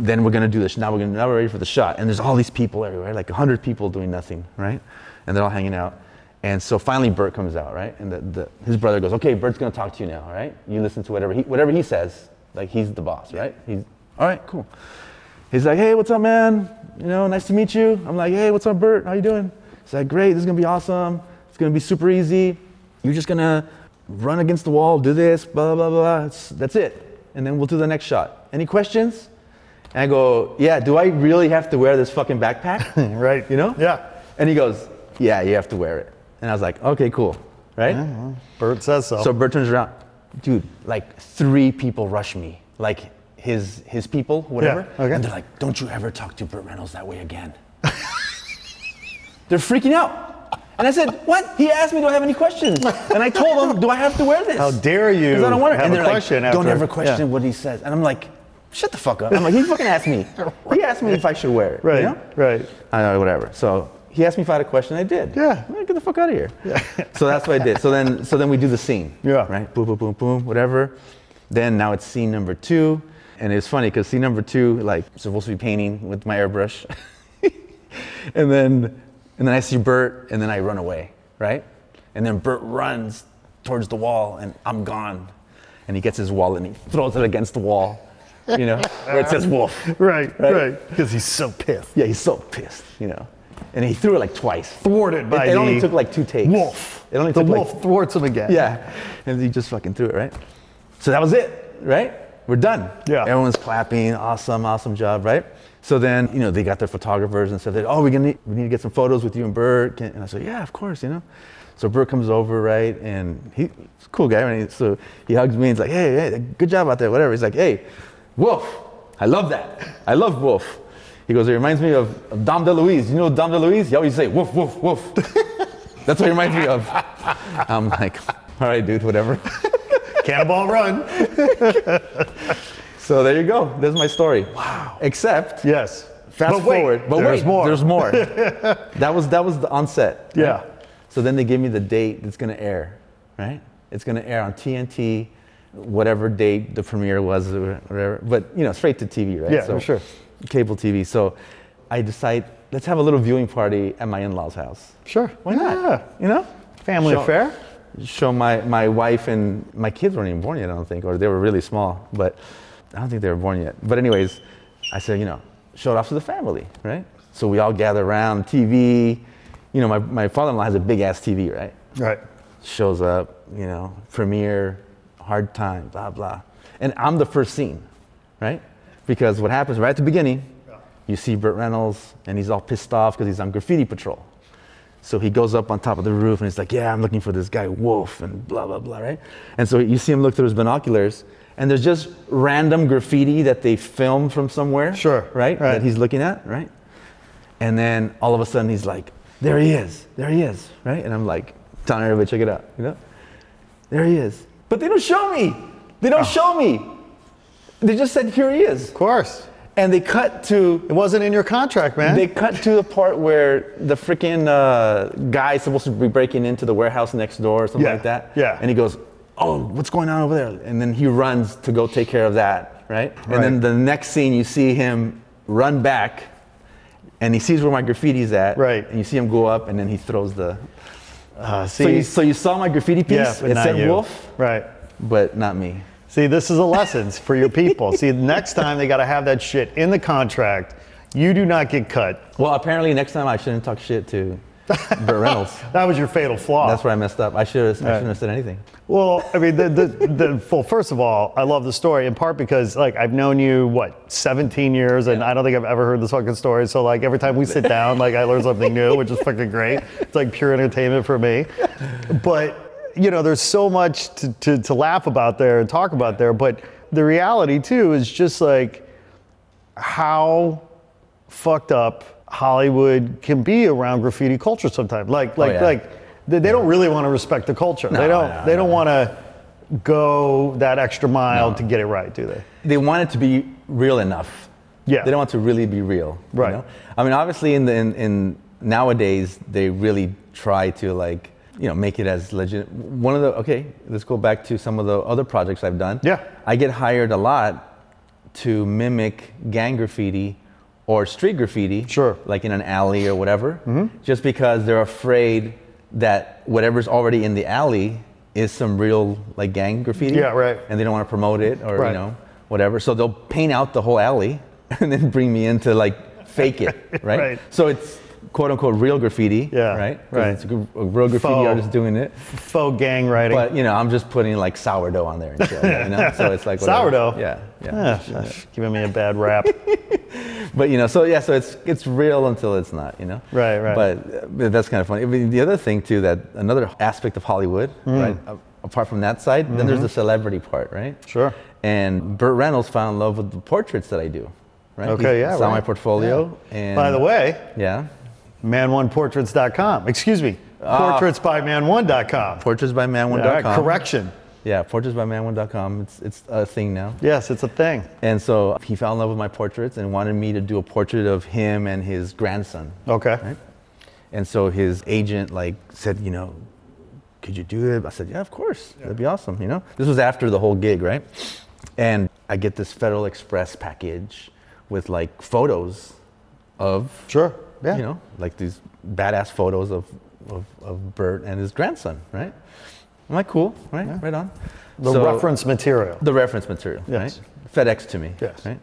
Speaker 3: Then we're gonna do this. Now we're gonna now we're ready for the shot. And there's all these people everywhere, like hundred people doing nothing. Right. And they're all hanging out. And so finally, Bert comes out. Right. And the, the, his brother goes, "Okay, Bert's gonna talk to you now. All right. You listen to whatever he whatever he says. Like he's the boss. Right. He's all right. Cool." He's like, hey, what's up, man? You know, nice to meet you. I'm like, hey, what's up, Bert? How you doing? He's like, great. This is gonna be awesome. It's gonna be super easy. You're just gonna run against the wall, do this, blah blah blah. blah. It's- that's it. And then we'll do the next shot. Any questions? And I go, yeah. Do I really have to wear this fucking backpack?
Speaker 2: Right.
Speaker 3: You know?
Speaker 2: Yeah.
Speaker 3: And he goes, yeah, you have to wear it. And I was like, okay, cool. Right?
Speaker 2: Bert says so.
Speaker 3: So Bert turns around, dude. Like three people rush me, like his his people, whatever.
Speaker 2: okay.
Speaker 3: And they're like, "Don't you ever talk to Burt Reynolds that way again." they're freaking out. And I said, "What?" He asked me, "Do I have any questions?" And I told him, "Do I have to wear this?"
Speaker 2: How dare you
Speaker 3: 'Cause I don't want it.
Speaker 2: have
Speaker 3: and
Speaker 2: a
Speaker 3: they're like,
Speaker 2: question
Speaker 3: Don't
Speaker 2: after-
Speaker 3: ever question
Speaker 2: yeah.
Speaker 3: what he says. And I'm like, "Shut the fuck up." I'm like, "He fucking asked me. He asked me if I should wear it." you
Speaker 2: right.
Speaker 3: know?
Speaker 2: Right.
Speaker 3: I know, whatever. So he asked me if I had a question. I did.
Speaker 2: Yeah.
Speaker 3: I'm like, Get the fuck out of here. so that's what I did. So then, so then we do the scene.
Speaker 2: Yeah.
Speaker 3: Right. Boom, boom, boom, boom. Whatever. Then now it's scene number two, and it's funny because scene number two, like, supposed to be painting with my airbrush, and then, and then I see Bert, and then I run away, right? And then Bert runs towards the wall, and I'm gone. And he gets his wallet and he throws it against the wall, you know, where it says Wolf.
Speaker 2: Right.
Speaker 3: Right.
Speaker 2: Right. Because he's so pissed.
Speaker 3: Yeah, he's so pissed, you know. And he threw it like twice.
Speaker 2: Thwarted by
Speaker 3: it, it only
Speaker 2: the
Speaker 3: took like two takes.
Speaker 2: Wolf.
Speaker 3: It only
Speaker 2: the
Speaker 3: took
Speaker 2: wolf
Speaker 3: like
Speaker 2: thwarts him again.
Speaker 3: yeah, and he just fucking threw it right. So that was it, right? We're done.
Speaker 2: Yeah.
Speaker 3: Everyone's clapping. Awesome, awesome job, right? So then, you know, they got their photographers and said that, oh, we're gonna need, we need to get some photos with you and Bert. Can- And I said, yeah, of course, you know. So Bert comes over, right? And he, he's a cool guy, right? So he hugs me and he's like, hey, hey, good job out there, whatever. He's like, hey, Wolf, I love that. I love Wolf. He goes, it reminds me of, of Dom DeLuise. You know Dom DeLuise? He always say, woof, woof, woof. That's what he reminds me of. I'm like, all right, dude, whatever.
Speaker 2: Cannonball Run.
Speaker 3: So there you go. There's my story. Wow. Except
Speaker 2: Yes.
Speaker 3: fast
Speaker 2: But wait,
Speaker 3: forward. But
Speaker 2: there's
Speaker 3: wait,
Speaker 2: more.
Speaker 3: There's more. that was that was the onset. right?
Speaker 2: Yeah.
Speaker 3: So then they give me the date that's gonna air, right? It's gonna air on TNT, whatever date the premiere was, or whatever. But you know, straight to TV, right?
Speaker 2: Yeah, for sure.
Speaker 3: Cable TV. So I decide let's have a little viewing party at my in-laws' house.
Speaker 2: Sure. Why not?
Speaker 3: You know,
Speaker 2: Family
Speaker 3: Sure.
Speaker 2: affair.
Speaker 3: show my, my wife and my kids weren't even born yet, I don't think, or they were really small, but I don't think they were born yet. But, anyways, I said, you know, show it off to the family, right? So we all gather around, TV. You know, my, my father in law has a big ass TV, right?
Speaker 2: Right.
Speaker 3: Shows up, you know, premiere, hard time, blah, blah. And I'm the first scene, right? Because what happens right at the beginning, you see Burt Reynolds and he's all pissed off because he's on graffiti patrol. So he goes up on top of the roof and he's like, Yeah, I'm looking for this guy, Wolf, and blah, blah, blah, right? And so you see him look through his binoculars, and there's just random graffiti that they filmed from somewhere.
Speaker 2: Sure,
Speaker 3: Right?
Speaker 2: right.
Speaker 3: That he's looking at, right? And then all of a sudden he's like, There he is, there he is, right? And I'm like, Telling everybody, check it out, you know? There he is. But they don't show me. They don't show me. They just said, Here he is.
Speaker 2: Oh. Of course.
Speaker 3: And they cut to
Speaker 2: It wasn't in your contract, man.
Speaker 3: they cut to the part where the freaking uh, guy's supposed to be breaking into the warehouse next door or something
Speaker 2: Yeah,
Speaker 3: like that.
Speaker 2: yeah.
Speaker 3: And he goes, Oh, what's going on over there? And then he runs to go take care of that, right? And then
Speaker 2: Right.
Speaker 3: the next scene, you see him run back and he sees where my graffiti's at.
Speaker 2: Right.
Speaker 3: And you see him go up and then he throws the.
Speaker 2: Uh, see,
Speaker 3: So you, so you saw my graffiti piece?
Speaker 2: yeah, but
Speaker 3: it
Speaker 2: not
Speaker 3: said
Speaker 2: you.
Speaker 3: wolf,
Speaker 2: Right.
Speaker 3: but not me.
Speaker 2: See, this is a lesson for your people. see, next time they got to have that shit in the contract. You do not get cut.
Speaker 3: Well, apparently, next time I shouldn't talk shit to Burt Reynolds.
Speaker 2: That was your fatal flaw.
Speaker 3: That's where I messed up. I, should have, I shouldn't have said anything.
Speaker 2: Well, I mean, the, the, the, well, first of all, I love the story in part because, like, I've known you, what, 17 years, and I don't think I've ever heard this fucking story. So, like, every time we sit down, like, I learn something new, which is fucking great. It's like pure entertainment for me. But, you know, there's so much to, to, to laugh about there and talk about there. But the reality, too, is just like how fucked up Hollywood can be around graffiti culture sometimes. Like, like,
Speaker 3: Oh, yeah.
Speaker 2: like, they, they don't really want to respect the culture. they don't.
Speaker 3: no,
Speaker 2: they don't
Speaker 3: no.
Speaker 2: want to go that extra mile to get it right, do they?
Speaker 3: they want it to be real enough.
Speaker 2: Yeah.
Speaker 3: They don't want to really be real. you
Speaker 2: Right.
Speaker 3: know? I mean, obviously, in the in, in nowadays they really try to like you know make it as legit. One of the okay, let's go back to some of the other projects I've done.
Speaker 2: Yeah.
Speaker 3: I get hired a lot to mimic gang graffiti or street graffiti.
Speaker 2: Sure. Mm-hmm.
Speaker 3: Like in an alley or whatever. Just because they're afraid that whatever's already in the alley is some real like gang graffiti.
Speaker 2: Yeah, right.
Speaker 3: And they don't want to promote it or
Speaker 2: Right.
Speaker 3: you know whatever. So they'll paint out the whole alley and then bring me in to like fake it, right?
Speaker 2: Right.
Speaker 3: So it's quote unquote real graffiti,
Speaker 2: Yeah,
Speaker 3: right? 'Cause
Speaker 2: right.
Speaker 3: It's a, gr- a real graffiti
Speaker 2: Faux.
Speaker 3: artist doing it.
Speaker 2: Faux gang writing.
Speaker 3: But you know, I'm just putting like sourdough on there and shit, you know? So it's like whatever.
Speaker 2: Sourdough.
Speaker 3: Yeah, yeah.
Speaker 2: Ah, that's giving me a bad rap.
Speaker 3: But you know, so yeah, so it's it's real until it's not, you know.
Speaker 2: Right, right.
Speaker 3: But, uh, but that's kind of funny. I mean, the other thing too that another aspect of Hollywood,
Speaker 2: Hmm.
Speaker 3: right? a- Apart from that side, then there's the celebrity part, right?
Speaker 2: Mm-hmm. Sure.
Speaker 3: And Burt Reynolds fell in love with the portraits that I do, right?
Speaker 2: Okay,
Speaker 3: He
Speaker 2: yeah,
Speaker 3: Saw my
Speaker 2: right.
Speaker 3: portfolio, and
Speaker 2: By the way,
Speaker 3: yeah,
Speaker 2: man1portraits.com. Excuse me, portraits by man1.com.
Speaker 3: Ah. portraits by man1.com.
Speaker 2: All right, Uh, correction.
Speaker 3: Yeah, portraits by man1.com. It's it's a thing now.
Speaker 2: Yes, it's a thing.
Speaker 3: And so he fell in love with my portraits and wanted me to do a portrait of him and his grandson.
Speaker 2: Okay.
Speaker 3: And so his agent like said, you know, could you do it? I said, yeah, of course. That'd be awesome. You know, this was after the whole gig, right? And I get this Federal Express package with like photos of,
Speaker 2: Sure. Yeah.
Speaker 3: you know, like these badass photos of, of, of Bert and his grandson, right? I'm like, cool, right? Right on.
Speaker 2: the
Speaker 3: So-
Speaker 2: reference material.
Speaker 3: the reference material,
Speaker 2: Yes.
Speaker 3: right? FedEx to me.
Speaker 2: Yes.
Speaker 3: Right?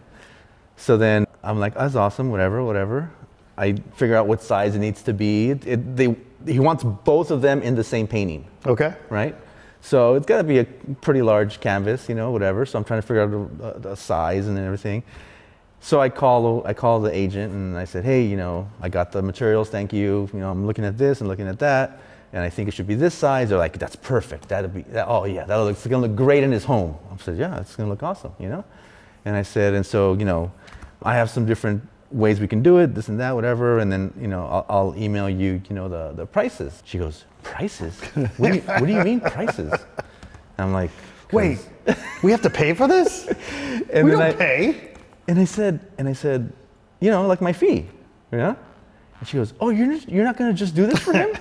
Speaker 3: So then I'm like, that's awesome, whatever, whatever. I figure out what size it needs to be. It, it- they, he wants both of them in the same painting,
Speaker 2: Okay.
Speaker 3: right? So it's got to be a pretty large canvas, you know, whatever. So I'm trying to figure out the, the size and everything. So I call I call the agent and I said, hey, you know, I got the materials, thank you. You know, I'm looking at this and looking at that, and I think it should be this size. They're like, that's perfect. That'll be that, oh yeah, that'll look, it's gonna look great in his home. I said, yeah, it's gonna look awesome, you know. And I said, and so you know, I have some different ways we can do it, this and that, whatever. And then you know, I'll, I'll email you, you know, the the prices. She goes, prices? What do you, what do you mean prices? I'm like, 'cause-
Speaker 2: Wait, we have to pay for this?
Speaker 3: and
Speaker 2: we
Speaker 3: then
Speaker 2: don't
Speaker 3: I,
Speaker 2: pay.
Speaker 3: And I said, and I said, you know, like my fee, you know? And she goes, oh, you're just, you're not gonna just do this for him?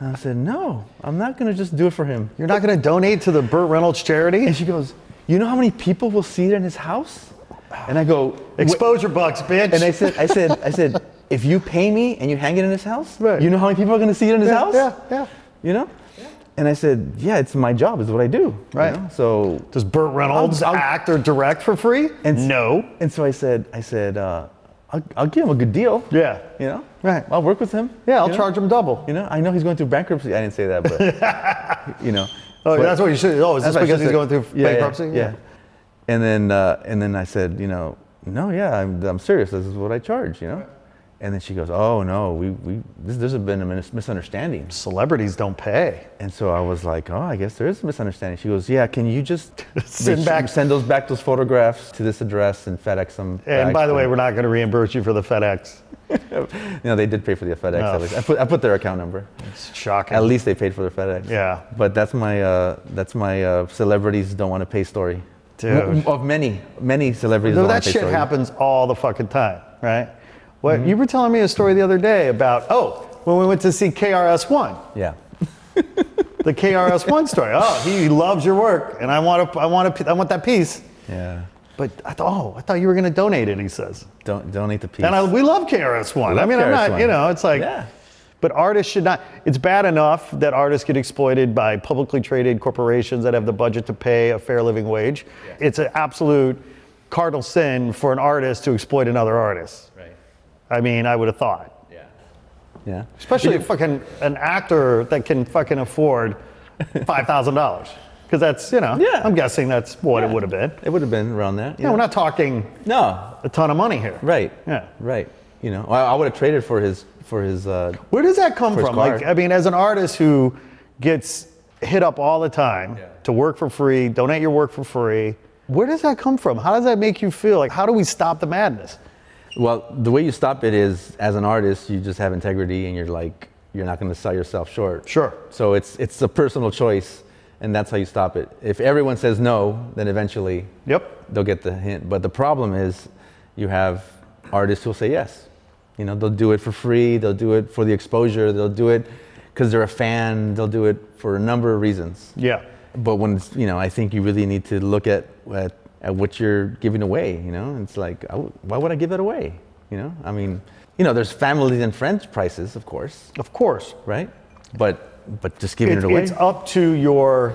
Speaker 3: and I said, no, I'm not gonna just do it for him.
Speaker 2: You're not going to donate to the Burt Reynolds charity?
Speaker 3: And she goes, you know how many people will see it in his house? And I go, "Wait."
Speaker 2: Exposure bucks, bitch.
Speaker 3: And I said, I said, I said, if you pay me and you hang it in his house,
Speaker 2: Right.
Speaker 3: you know how many people are gonna see it in his
Speaker 2: Yeah,
Speaker 3: house?
Speaker 2: yeah, yeah.
Speaker 3: You know? And I said, yeah, it's my job, it's what I do. you
Speaker 2: Right.
Speaker 3: know? So
Speaker 2: Does Burt Reynolds
Speaker 3: I'll- I'll-
Speaker 2: act or direct for free?
Speaker 3: And-
Speaker 2: no.
Speaker 3: And so I said, I said, uh, I'll, I'll give him a good deal.
Speaker 2: Yeah.
Speaker 3: You know?
Speaker 2: Right.
Speaker 3: I'll work with him.
Speaker 2: Yeah, I'll
Speaker 3: you know?
Speaker 2: charge him double.
Speaker 3: You know, I know he's going through bankruptcy. I didn't say that, but, you know.
Speaker 2: Oh,
Speaker 3: but-
Speaker 2: that's what you should. Oh, is
Speaker 3: that's
Speaker 2: this
Speaker 3: what I
Speaker 2: because he's
Speaker 3: should
Speaker 2: going
Speaker 3: say.
Speaker 2: through
Speaker 3: Yeah, yeah,
Speaker 2: bankruptcy?
Speaker 3: Yeah. And then, uh, and then I said, you know, no, yeah, I'm, I'm serious. This is what I charge, you know? And then she goes, oh, no, we, we, this, there's been a mis- misunderstanding.
Speaker 2: Celebrities don't pay.
Speaker 3: And so I was like, oh, I guess there is a misunderstanding. She goes, yeah, can you just
Speaker 2: Send
Speaker 3: reach-
Speaker 2: back-
Speaker 3: send those back, those photographs to this address and FedEx them?
Speaker 2: And
Speaker 3: back
Speaker 2: by the
Speaker 3: to-
Speaker 2: way, we're not going to reimburse you for the FedEx.
Speaker 3: you know, they did pay for the FedEx.
Speaker 2: Oh.
Speaker 3: At least. I put I put their account number.
Speaker 2: It's shocking.
Speaker 3: At least they paid for their FedEx.
Speaker 2: Yeah.
Speaker 3: But that's my uh, that's my uh, celebrities don't want to pay story.
Speaker 2: Dude.
Speaker 3: M- Of many many celebrities.
Speaker 2: No,
Speaker 3: don't wanna
Speaker 2: that
Speaker 3: pay
Speaker 2: shit
Speaker 3: story.
Speaker 2: happens all the fucking time, right? What
Speaker 3: Mm-hmm.
Speaker 2: you were telling me a story the other day about oh when we went to see KRS One,
Speaker 3: Yeah.
Speaker 2: the KRS One story. Oh, he loves your work, and I want to, I want to, I want that piece.
Speaker 3: Yeah.
Speaker 2: But I thought, oh, I thought you were going to donate it. He says,
Speaker 3: Don't donate the piece.
Speaker 2: and I, we love KRS One. I
Speaker 3: love
Speaker 2: mean, I'm not,
Speaker 3: KRS-One.
Speaker 2: you know, it's like,
Speaker 3: Yeah.
Speaker 2: but artists should not. It's bad enough that artists get exploited by publicly traded corporations that have the budget to pay a fair living wage. It's an absolute cardinal sin for an artist to exploit another artist. Right. I mean, I would have thought
Speaker 3: yeah.
Speaker 2: especially fucking an actor that can fucking afford five thousand dollars because that's you know
Speaker 3: Yeah.
Speaker 2: I'm guessing that's what it would have been.
Speaker 3: It would have been around that.
Speaker 2: Yeah, we're not talking
Speaker 3: No.
Speaker 2: a ton of money here.
Speaker 3: Right.
Speaker 2: Yeah.
Speaker 3: Right. You know, I, I would have traded for his for his. Uh,
Speaker 2: Where does that come
Speaker 3: For his
Speaker 2: from? Like
Speaker 3: car.
Speaker 2: I mean, as an artist who gets hit up all the time to work for free, donate your work for free. Where does that come from? How does that make you feel? Like, how do we stop the madness?
Speaker 3: Well, the way you stop it is as an artist, you just have integrity and you're like, you're not going to sell yourself short.
Speaker 2: Sure.
Speaker 3: So it's, it's a personal choice and that's how you stop it. If everyone says no, then eventually
Speaker 2: Yep.
Speaker 3: they'll get the hint. But the problem is you have artists who'll say yes. You know, they'll do it for free, they'll do it for the exposure, they'll do it because they're a fan, they'll do it for a number of reasons.
Speaker 2: Yeah.
Speaker 3: But when it's, you know, I think you really need to look at at, at what you're giving away. You know, it's like I w- why would I give it away? You know, I mean, you know, there's families and friends prices, of course,
Speaker 2: Of course.
Speaker 3: right? But but just giving
Speaker 2: It-
Speaker 3: it, away.
Speaker 2: It's up to your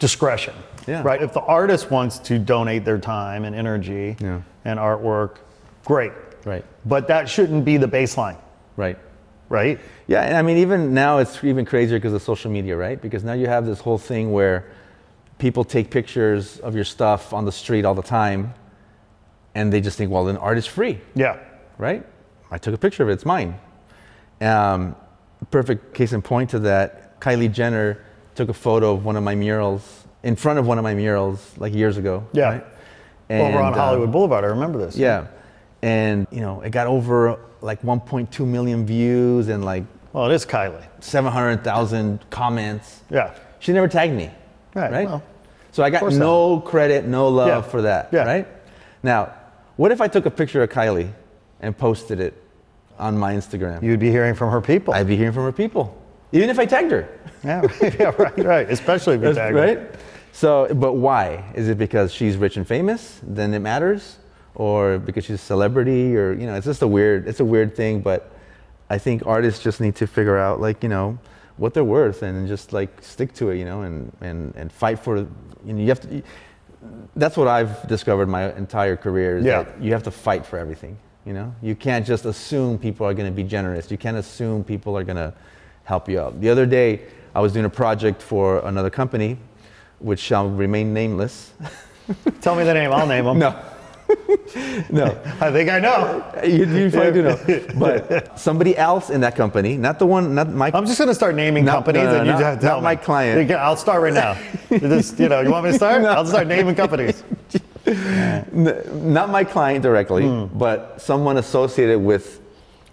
Speaker 2: discretion.
Speaker 3: Yeah.
Speaker 2: Right. If the artist wants to donate their time and energy
Speaker 3: Yeah.
Speaker 2: and artwork, great.
Speaker 3: Right.
Speaker 2: But that shouldn't be the baseline,
Speaker 3: Right.
Speaker 2: right?
Speaker 3: Yeah, and I mean, even now it's even crazier because of social media, right? Because now you have this whole thing where people take pictures of your stuff on the street all the time, and they just think, well, an art is free.
Speaker 2: Yeah.
Speaker 3: right? I took a picture of it. It's mine. Um, perfect case in point to that. Kylie Jenner took a photo of one of my murals in front of one of my murals like years ago.
Speaker 2: Yeah.
Speaker 3: right?
Speaker 2: Over on
Speaker 3: And, uh,
Speaker 2: Hollywood Boulevard, I remember this.
Speaker 3: yeah, and you know it got over like 1.2 million views and like
Speaker 2: Well, it is Kylie.
Speaker 3: 700,000 comments.
Speaker 2: Yeah.
Speaker 3: She never tagged me.
Speaker 2: Right,
Speaker 3: Right.
Speaker 2: well,
Speaker 3: so I got
Speaker 2: course
Speaker 3: no credit, no love
Speaker 2: Yeah,
Speaker 3: for that.
Speaker 2: yeah.
Speaker 3: Right. Now, what if I took a picture of Kylie and posted it on my Instagram?
Speaker 2: You'd be hearing from her people.
Speaker 3: I'd be hearing from her people, even if I tagged her.
Speaker 2: yeah. yeah. Right. Right. Especially if you
Speaker 3: That's-
Speaker 2: tag her.
Speaker 3: right. So, but why? Is it because she's rich and famous? Then it matters, or because she's a celebrity, or you know, it's just a weird, it's a weird thing. But I think artists just need to figure out, like you know, what they're worth, and just like stick to it, you know, and and and fight for. You know, you have to. That's what I've discovered my entire career. Is
Speaker 2: Yeah.
Speaker 3: That you have to fight for everything. You know, you can't just assume people are going to be generous. You can't assume people are going to help you out. The other day, I was doing a project for another company, which shall remain nameless.
Speaker 2: Tell me the name. I'll name them.
Speaker 3: No, no,
Speaker 2: I think I know.
Speaker 3: you, you probably do know. But somebody else in that company, not the one, not my.
Speaker 2: I'm just going to start naming
Speaker 3: No,
Speaker 2: companies,
Speaker 3: no, no,
Speaker 2: and you
Speaker 3: not-
Speaker 2: just have to tell
Speaker 3: not my
Speaker 2: me.
Speaker 3: client.
Speaker 2: You can- I'll start right now. You just, you know, you want me to start? I'll start naming companies.
Speaker 3: n- not my client directly, but someone associated with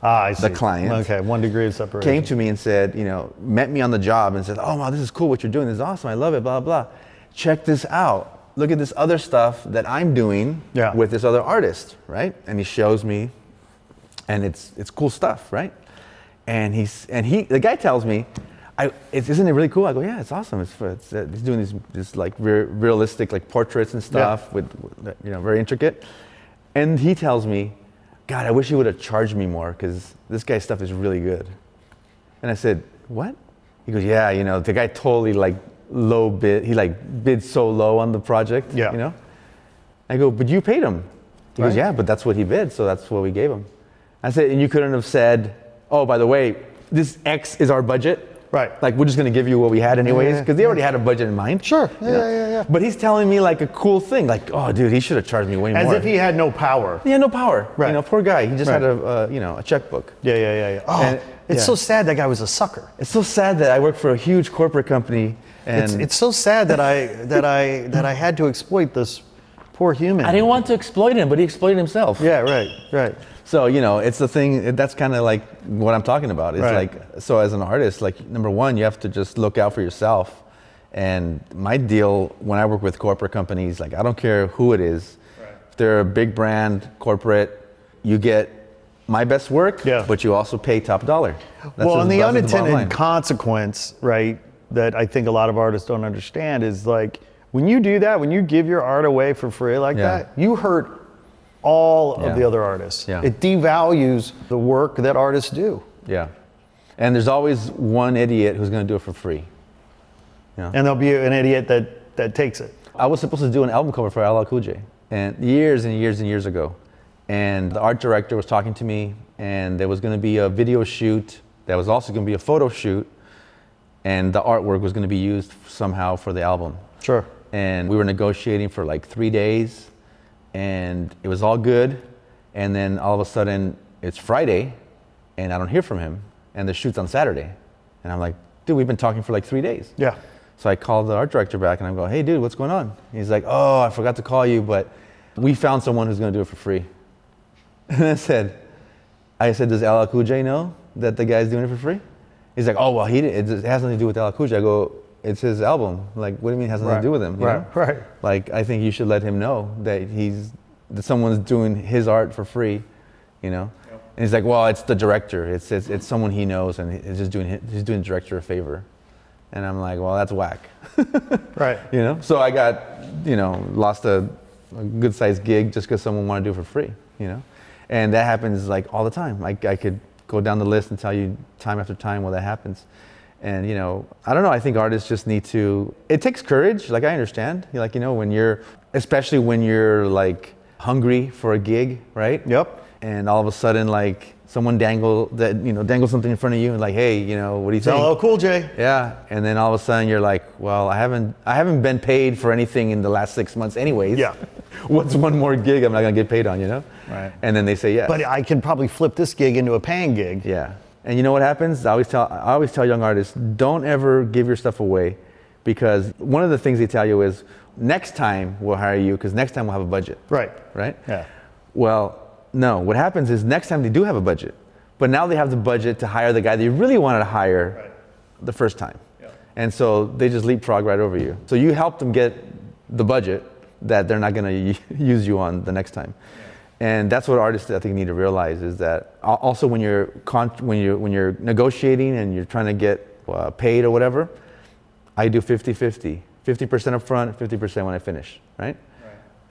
Speaker 2: Ah, I see.
Speaker 3: client.
Speaker 2: Okay, one degree of separation.
Speaker 3: came to me and said, you know, met me on the job and said, oh wow, this is cool what you're doing. This is awesome. I love it. Blah blah. blah." check this out. Look at this other stuff that I'm doing
Speaker 2: Yeah.
Speaker 3: with this other artist, right? And he shows me, and it's it's cool stuff, right? And he's and he the guy tells me, I it's, isn't it really cool? I go, yeah, it's awesome. It's, it's uh, he's doing these this like re- realistic like portraits and stuff with, with you know very intricate, and he tells me, God, I wish he would have charged me more because this guy's stuff is really good. And I said, "What?" He goes, "Yeah, you know, the guy totally like low bid. He like bid so low on the project.
Speaker 2: Yeah.
Speaker 3: you know." I go, "But you paid him." He goes,
Speaker 2: Right.
Speaker 3: "Yeah, but that's what he bid, so that's what we gave him." I said, "And you couldn't have said, oh, by the way, this X is our budget."
Speaker 2: Right.
Speaker 3: Like we're just gonna give you what we had anyways,
Speaker 2: yeah,
Speaker 3: because they already had a budget in mind.
Speaker 2: Sure.
Speaker 3: you
Speaker 2: Yeah,
Speaker 3: know?
Speaker 2: yeah, yeah.
Speaker 3: But he's telling me like a cool thing, like, "Oh, dude, he should have charged me way
Speaker 2: As
Speaker 3: more."
Speaker 2: if he had no power.
Speaker 3: he had no power.
Speaker 2: Right.
Speaker 3: You know, poor guy. He just had
Speaker 2: Right.
Speaker 3: a uh, you know a checkbook.
Speaker 2: Yeah, yeah, yeah, yeah. Oh,
Speaker 3: And-
Speaker 2: it's
Speaker 3: yeah.
Speaker 2: so sad that guy was a sucker.
Speaker 3: It's so sad that I work for a huge corporate company and
Speaker 2: It's, it's so sad that I that I that I had to exploit this poor human.
Speaker 3: I didn't want to exploit him, but he exploited himself.
Speaker 2: Yeah, right, right.
Speaker 3: So you know, it's the thing. That's kind of like what I'm talking about. It's
Speaker 2: Right.
Speaker 3: like so as an artist, like number one, you have to just look out for yourself. And my deal when I work with corporate companies, like I don't care who it is, if they're a big brand corporate, you get my best work,
Speaker 2: Yeah.
Speaker 3: but you also pay top dollar. That's
Speaker 2: well,
Speaker 3: just-
Speaker 2: and the
Speaker 3: that's just bottom
Speaker 2: unintended
Speaker 3: line.
Speaker 2: consequence, right, that I think a lot of artists don't understand is like when you do that, when you give your art away for free like
Speaker 3: Yeah.
Speaker 2: that, you hurt all
Speaker 3: Yeah.
Speaker 2: of the other artists.
Speaker 3: Yeah.
Speaker 2: It devalues the work that artists do.
Speaker 3: yeah, and there's always one idiot who's going to do it for free.
Speaker 2: And there'll be an idiot that, that takes it.
Speaker 3: I was supposed to do an album cover for LL Cool J, and years and years and years ago, and the art director was talking to me, and there was going to be a video shoot that was also going to be a photo shoot, and the artwork was going to be used somehow for the album.
Speaker 2: Sure.
Speaker 3: And we were negotiating for like three days, and it was all good, and then all of a sudden it's Friday, and I don't hear from him, and the shoot's on Saturday, and I'm like, dude, we've been talking for like three days.
Speaker 2: Yeah.
Speaker 3: So I called the art director back and I'm going, hey, dude, what's going on? He's like, oh, I forgot to call you, but we found someone who's going to do it for free. And I said, I said, does LL Cool J know that the guy's doing it for free? He's like, oh, well, he did. It has nothing to do with LL Cool J. I go, it's his album. Like, what do you mean it has nothing
Speaker 2: Right.
Speaker 3: to do with him? you
Speaker 2: Right,
Speaker 3: know?
Speaker 2: right.
Speaker 3: Like, I think you should let him know that he's, that someone's doing his art for free, you know? And he's like, well, it's the director. It's, it's, it's someone he knows and he's just doing, hi- he's doing the director a favor. And I'm like, well, that's whack.
Speaker 2: Right.
Speaker 3: You know, so I got, you know, lost a, a good sized gig just because someone wanted to do it for free. You know, and that happens like all the time. I, I could go down the list and tell you time after time where that happens. And you know, I don't know. I think artists just need to. It takes courage. Like I understand. Like you know, when you're, especially when you're like hungry for a gig, right?
Speaker 2: Yep.
Speaker 3: And all of a sudden, like someone dangle that you know dangle something in front of you, and like, hey, you know, what do you think?
Speaker 2: LL oh, Cool J.
Speaker 3: Yeah, and then all of a sudden you're like, well, I haven't I haven't been paid for anything in the last six months, anyways.
Speaker 2: Yeah.
Speaker 3: What's one more gig I'm not gonna get paid on, you know?
Speaker 2: Right.
Speaker 3: And then they say yes.
Speaker 2: But I can probably flip this gig into a paying gig.
Speaker 3: yeah. And you know what happens? I always tell I always tell young artists, don't ever give your stuff away, because one of the things they tell you is next time we'll hire you because next time we'll have a budget.
Speaker 2: Right.
Speaker 3: Right.
Speaker 2: Yeah.
Speaker 3: Well, no. What happens is next time they do have a budget, but now they have the budget to hire the guy they really wanted to hire the first time. And so they just leapfrog right over you. So you help them get the budget that they're not going to use you on the next time. And that's what artists I think need to realize is that al- also when you're con- when you when you're negotiating and you're trying to get uh, paid or whatever, I do 50-50. 50% up front, 50% when I finish, right?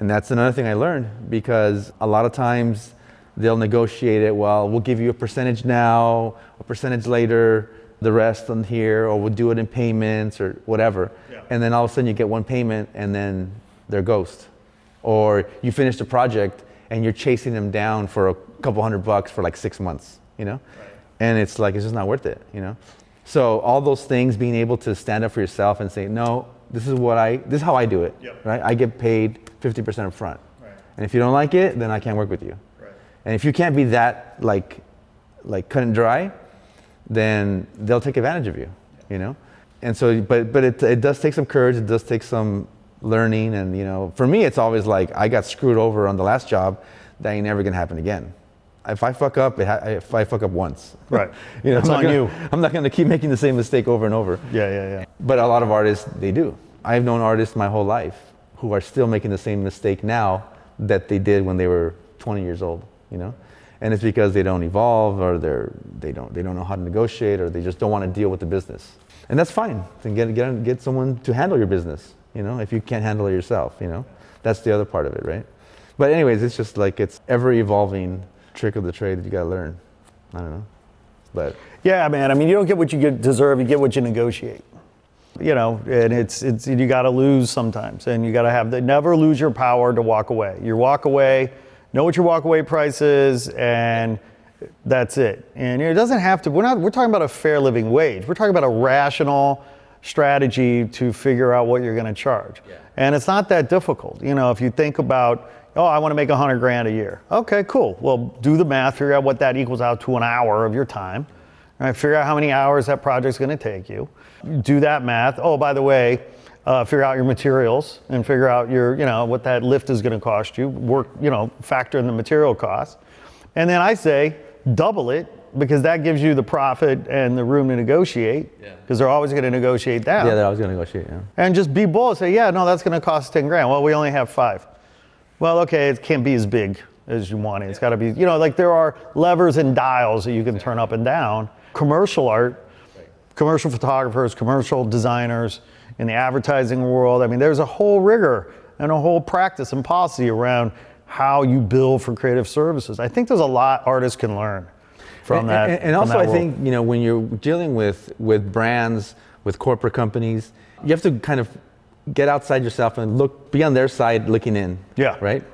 Speaker 3: And that's another thing I learned because a lot of times they'll negotiate it, well, we'll give you a percentage now, a percentage later, the rest on here, or we'll do it in payments or whatever. And then all of a sudden you get one payment and then they're ghost. Or you finish the project and you're chasing them down for a couple hundred bucks for like six months, you know? And it's like, it's just not worth it, you know? So all those things, being able to stand up for yourself and say, no, this is what I, this is how I do it,
Speaker 2: Yep.
Speaker 3: right? I get paid 50% up front.
Speaker 2: Right.
Speaker 3: And if you don't like it, then I can't work with you.
Speaker 2: Right.
Speaker 3: And if you can't be that like, like cut and dry, then they'll take advantage of you, you know? And so, but, but it, it does take some courage. It does take some learning. And, you know, for me, it's always like, I got screwed over on the last job. That ain't never going to happen again. If I fuck up, it ha- if I fuck up once,
Speaker 2: Right.
Speaker 3: you know,
Speaker 2: That's
Speaker 3: I'm not
Speaker 2: on
Speaker 3: gonna-
Speaker 2: you.
Speaker 3: I'm not going to keep making the same mistake over and over.
Speaker 2: Yeah, yeah, yeah.
Speaker 3: But a lot of artists, they do. I've known artists my whole life who are still making the same mistake now that they did when they were 20 years old, you know? And it's because they don't evolve or they're, they, don't, they don't know how to negotiate or they just don't want to deal with the business. And that's fine. Then get, get, get someone to handle your business, you know, if you can't handle it yourself, you know? That's the other part of it, right? But, anyways, it's just like it's ever evolving trick of the trade that you got to learn. I don't know. But
Speaker 2: Yeah, man. I mean, you don't get what you get, deserve. You get what you negotiate. You know, and it's it's you got to lose sometimes, and you got to have the never lose your power to walk away. Your walk away, know what your walk away price is, and that's it. And you know, it doesn't have to. We're not. We're talking about a fair living wage. We're talking about a rational strategy to figure out what you're going to charge. And it's not that difficult. You know, if you think about, oh, I want to make 100 grand a year. Okay, cool. Well, do the math, figure out what that equals out to an hour of your time. All right, figure out how many hours that project's going to take you. Do that math. Oh, by the way, uh, figure out your materials and figure out your, you know, what that lift is going to cost you. Work, you know, factor in the material cost. And then I say double it because that gives you the profit and the room to negotiate because they're always going to negotiate down.
Speaker 3: yeah, that I was going to negotiate. Yeah.
Speaker 2: and just be bold. Say, yeah, no, that's going to cost 10 grand. Well, we only have five. Well, okay, it can't be as big as you want it. It's got to be, you know, like there are levers and dials that you can turn up and down. Commercial art, commercial photographers, commercial designers in the advertising world. I mean, there's a whole rigor and a whole practice and policy around how you bill for creative services. I think there's a lot artists can learn from
Speaker 3: and,
Speaker 2: that.
Speaker 3: and- and
Speaker 2: from
Speaker 3: also,
Speaker 2: that
Speaker 3: I
Speaker 2: world.
Speaker 3: think you know when you're dealing with with brands, with corporate companies, you have to kind of get outside yourself and look be on their side, looking in.
Speaker 2: Yeah.
Speaker 3: Right.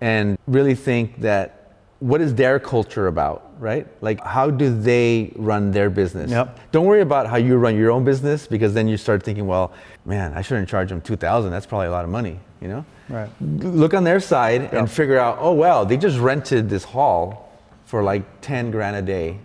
Speaker 3: And really think that what is their culture about, right? Like how do they run their business?
Speaker 2: Yep.
Speaker 3: Don't worry about how you run your own business because then you start thinking, well, man, I shouldn't charge them two thousand. That's probably a lot of money, you know?
Speaker 2: Right.
Speaker 3: look on their side and figure out, oh wow, they just rented this hall for like 10 grand a day.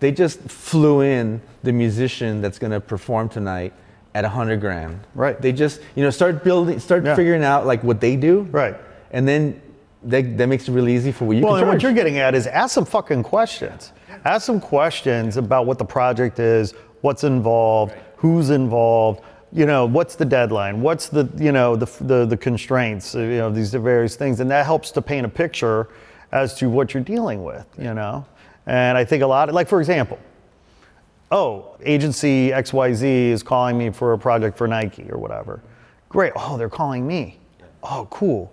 Speaker 3: They just flew in the musician that's going to perform tonight at 100 grand.
Speaker 2: Right.
Speaker 3: They just, you know, start building, start
Speaker 2: Yeah.
Speaker 3: figuring out like what they do.
Speaker 2: Right.
Speaker 3: And then that, that makes it really easy for what you
Speaker 2: well,
Speaker 3: can
Speaker 2: and
Speaker 3: charge.
Speaker 2: what you're getting at is ask some fucking questions. Ask some questions about what the project is, what's involved, who's involved. You know, what's the deadline? What's the you know the the, the constraints? uh, You know these various things, and that helps to paint a picture as to what you're dealing with. You know, and I think a lot. like for example, oh, agency XYZ is calling me for a project for Nike or whatever. Great. Oh, they're calling me. Oh, cool.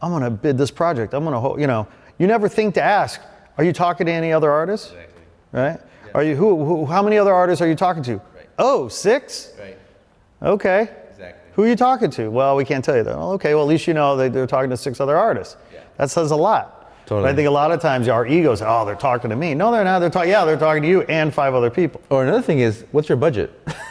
Speaker 2: I'm going to bid this project. I'm going to, ho-, you know, you never think to ask, are you talking to any other artists? Exactly. Right? Are you, who, who, how many other artists are you talking to? Right. Oh, six?
Speaker 5: Right.
Speaker 2: Okay.
Speaker 5: Exactly.
Speaker 2: Who are you talking to? Well, we can't tell you that. Well, okay, well, at least you know that they're talking to six other artists.
Speaker 5: Yeah.
Speaker 2: That says a lot.
Speaker 3: Totally.
Speaker 2: But I think a lot of times our egos, oh, they're talking to me. No, they're not. They're talking, yeah, they're talking to you and five other people.
Speaker 3: or another thing is, what's your budget?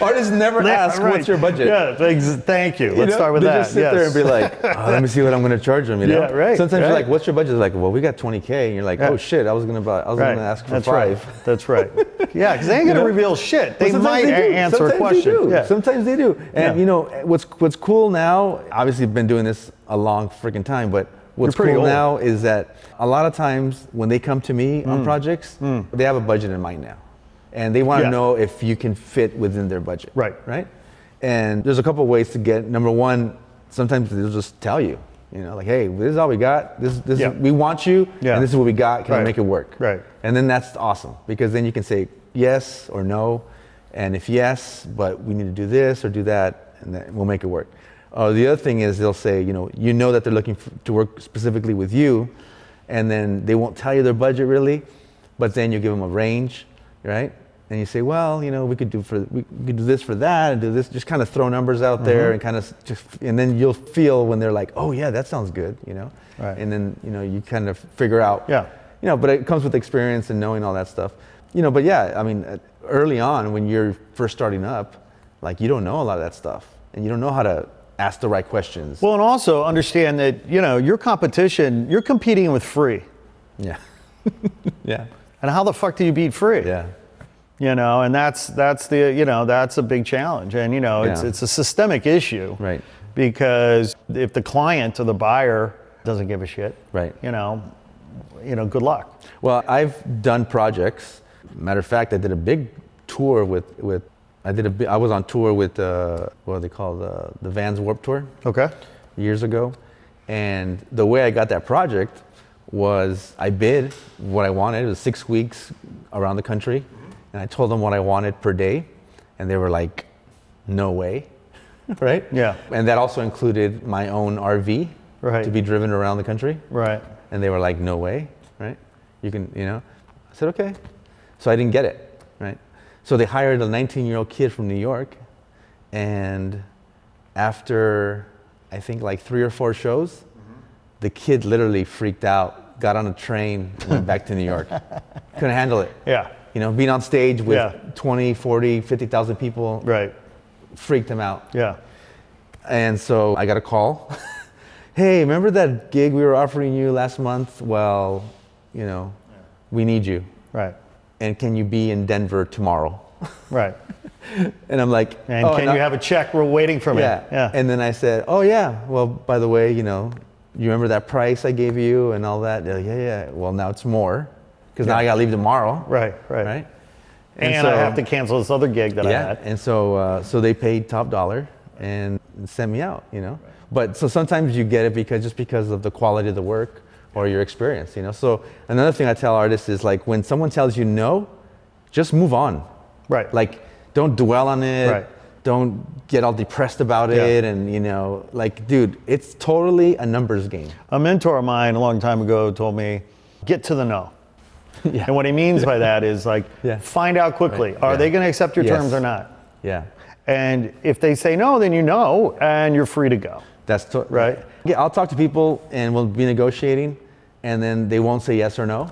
Speaker 3: Artists never
Speaker 2: Yeah,
Speaker 3: ask,
Speaker 2: right.
Speaker 3: what's your budget?
Speaker 2: Yeah, thanks, thank you. Let's
Speaker 3: You know,
Speaker 2: start with
Speaker 3: they
Speaker 2: that.
Speaker 3: just sit
Speaker 2: yes.
Speaker 3: there and be like, "Oh, let me see what I'm going to charge them. You know?
Speaker 2: Yeah, right,
Speaker 3: Sometimes
Speaker 2: right.
Speaker 3: you're like, what's your budget? They're like, well, we got 20k, and you're like,
Speaker 2: Yeah.
Speaker 3: oh shit, I was going to buy, I was
Speaker 2: right.
Speaker 3: going to ask for
Speaker 2: That's
Speaker 3: five.
Speaker 2: Right. That's right. Yeah, because they ain't gonna
Speaker 3: know?
Speaker 2: reveal shit. They
Speaker 3: But
Speaker 2: might
Speaker 3: sometimes
Speaker 2: a-
Speaker 3: do.
Speaker 2: answer
Speaker 3: sometimes
Speaker 2: a question.
Speaker 3: They do.
Speaker 2: Yeah.
Speaker 3: Sometimes they do. And
Speaker 2: Yeah.
Speaker 3: you know what's what's cool now? Obviously, I've been doing this a long freaking time, but what's
Speaker 2: You're pretty
Speaker 3: cool
Speaker 2: old.
Speaker 3: now is that a lot of times when they come to me
Speaker 2: Mm.
Speaker 3: on projects, they have a budget in mind now, and they want to
Speaker 2: Yeah.
Speaker 3: know if you can fit within their budget.
Speaker 2: Right.
Speaker 3: Right. And there's a couple ways to get. Number one, sometimes they'll just tell you. You know, like, hey, this is all we got. This, this,
Speaker 2: Yeah.
Speaker 3: is, we want you,
Speaker 2: Yeah.
Speaker 3: and this is what we got. Can
Speaker 2: Right.
Speaker 3: you make it work?
Speaker 2: Right.
Speaker 3: And then that's awesome because then you can say yes or no. And if yes, but we need to do this or do that, and then we'll make it work. Uh, the other thing is they'll say, you know, you know that they're looking f- to work specifically with you, and then they won't tell you their budget really, but then you give them a range, right? And you say, well, you know, we could do for we could do this for that and do this. Just kind of throw numbers out
Speaker 2: Mm-hmm.
Speaker 3: there and kind of just, and then you'll feel when they're like, oh yeah, that sounds good, you know.
Speaker 2: Right.
Speaker 3: And then you know you kind of figure out
Speaker 2: Yeah.
Speaker 3: you know, but it comes with experience and knowing all that stuff. You know, but yeah, I mean, uh, early on when you're first starting up, like you don't know a lot of that stuff, and you don't know how to ask the right questions.
Speaker 2: Well, and also understand that you know your competition. You're competing with free,
Speaker 3: yeah, yeah,
Speaker 2: and how the fuck do you beat free?
Speaker 3: yeah,
Speaker 2: You know, and that's that's the you know that's a big challenge, and you know it's
Speaker 3: Yeah.
Speaker 2: it's a systemic issue.
Speaker 3: Right.
Speaker 2: Because if the client or the buyer doesn't give a shit,
Speaker 3: right.
Speaker 2: you know, you know, good luck.
Speaker 3: Well, I've done projects. Matter of fact, I did a big tour with with I did a bi- I was on tour with uh, what are they called uh, the Vans Warp Tour
Speaker 2: Okay.
Speaker 3: years ago, and the way I got that project was I bid what I wanted. It was six weeks around the country,
Speaker 2: Mm-hmm.
Speaker 3: and I told them what I wanted per day, and they were like, "No way." Right?
Speaker 2: Yeah.
Speaker 3: And that also included my own RV
Speaker 2: Right.
Speaker 3: to be driven around the country.
Speaker 2: Right.
Speaker 3: And they were like, no way, right? You can, you know. I said, okay. So I didn't get it, right? So they hired a 19 year old kid from New York. And after, I think, like three or four shows,
Speaker 2: Mm-hmm.
Speaker 3: the kid literally freaked out, got on a train, went back to New York. Couldn't handle it.
Speaker 2: Yeah.
Speaker 3: You know, being on stage with
Speaker 2: Yeah.
Speaker 3: 20, 40, 50,000 people
Speaker 2: Right.
Speaker 3: freaked him out.
Speaker 2: Yeah.
Speaker 3: And so I got a call. hey, remember that gig we were offering you last month? Well, you know, we need you.
Speaker 2: Right.
Speaker 3: And can you be in Denver tomorrow?
Speaker 2: Right.
Speaker 3: and I'm like,
Speaker 2: And
Speaker 3: "Oh,
Speaker 2: can
Speaker 3: I-
Speaker 2: you have a check? We're waiting for me.
Speaker 3: yeah.
Speaker 2: Yeah.
Speaker 3: And then I said, oh yeah. Well, by the way, you know, you remember that price I gave you and all that? They're like, yeah, yeah. Well, now it's more because now I got to leave tomorrow.
Speaker 2: right. Right.
Speaker 3: Right.
Speaker 2: And, I have to cancel this other gig that I
Speaker 3: yeah,
Speaker 2: had.
Speaker 3: and so uh, so they paid top dollar and sent me out, you know. But so sometimes you get it because just because of the quality of the work or your experience, you know. So another thing I tell artists is like when someone tells you no, just move on.
Speaker 2: Right.
Speaker 3: Like don't dwell on it.
Speaker 2: Right.
Speaker 3: Don't get all depressed about
Speaker 2: Yeah.
Speaker 3: it and you know, like dude, it's totally a numbers game.
Speaker 2: A mentor of mine a long time ago told me, get to the no. And what he means by that is like,
Speaker 3: Yeah.
Speaker 2: find out quickly. Are
Speaker 3: Yeah.
Speaker 2: they going to accept your
Speaker 3: Yes.
Speaker 2: terms or not?
Speaker 3: Yeah.
Speaker 2: And if they say no, then you know, and you're free to go.
Speaker 3: That's to-
Speaker 2: Right.
Speaker 3: Yeah, I'll talk to people and we'll be negotiating, and then they won't say yes or no,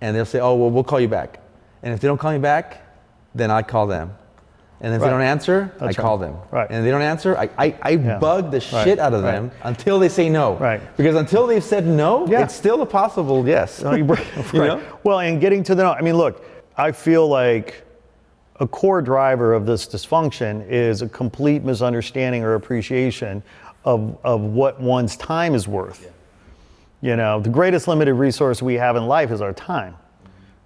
Speaker 3: and they'll say, "Oh, well, we'll call you back." And if they don't call me back, then I call them, and if
Speaker 2: Right.
Speaker 3: they don't answer, I
Speaker 2: That's
Speaker 3: call
Speaker 2: right.
Speaker 3: them.
Speaker 2: Right.
Speaker 3: And if they don't answer, I I, I
Speaker 2: Yeah.
Speaker 3: bug the
Speaker 2: Right.
Speaker 3: shit out of
Speaker 2: Right.
Speaker 3: them until they say no.
Speaker 2: Right.
Speaker 3: Because until they've said no,
Speaker 2: Yeah.
Speaker 3: it's still a possible yes.
Speaker 2: No, you br-
Speaker 3: You
Speaker 2: right.
Speaker 3: know?
Speaker 2: Well, and getting to the no, I mean, look, I feel like a core driver of this dysfunction is a complete misunderstanding or appreciation of, of what one's time is worth. You know, the greatest limited resource we have in life is our time.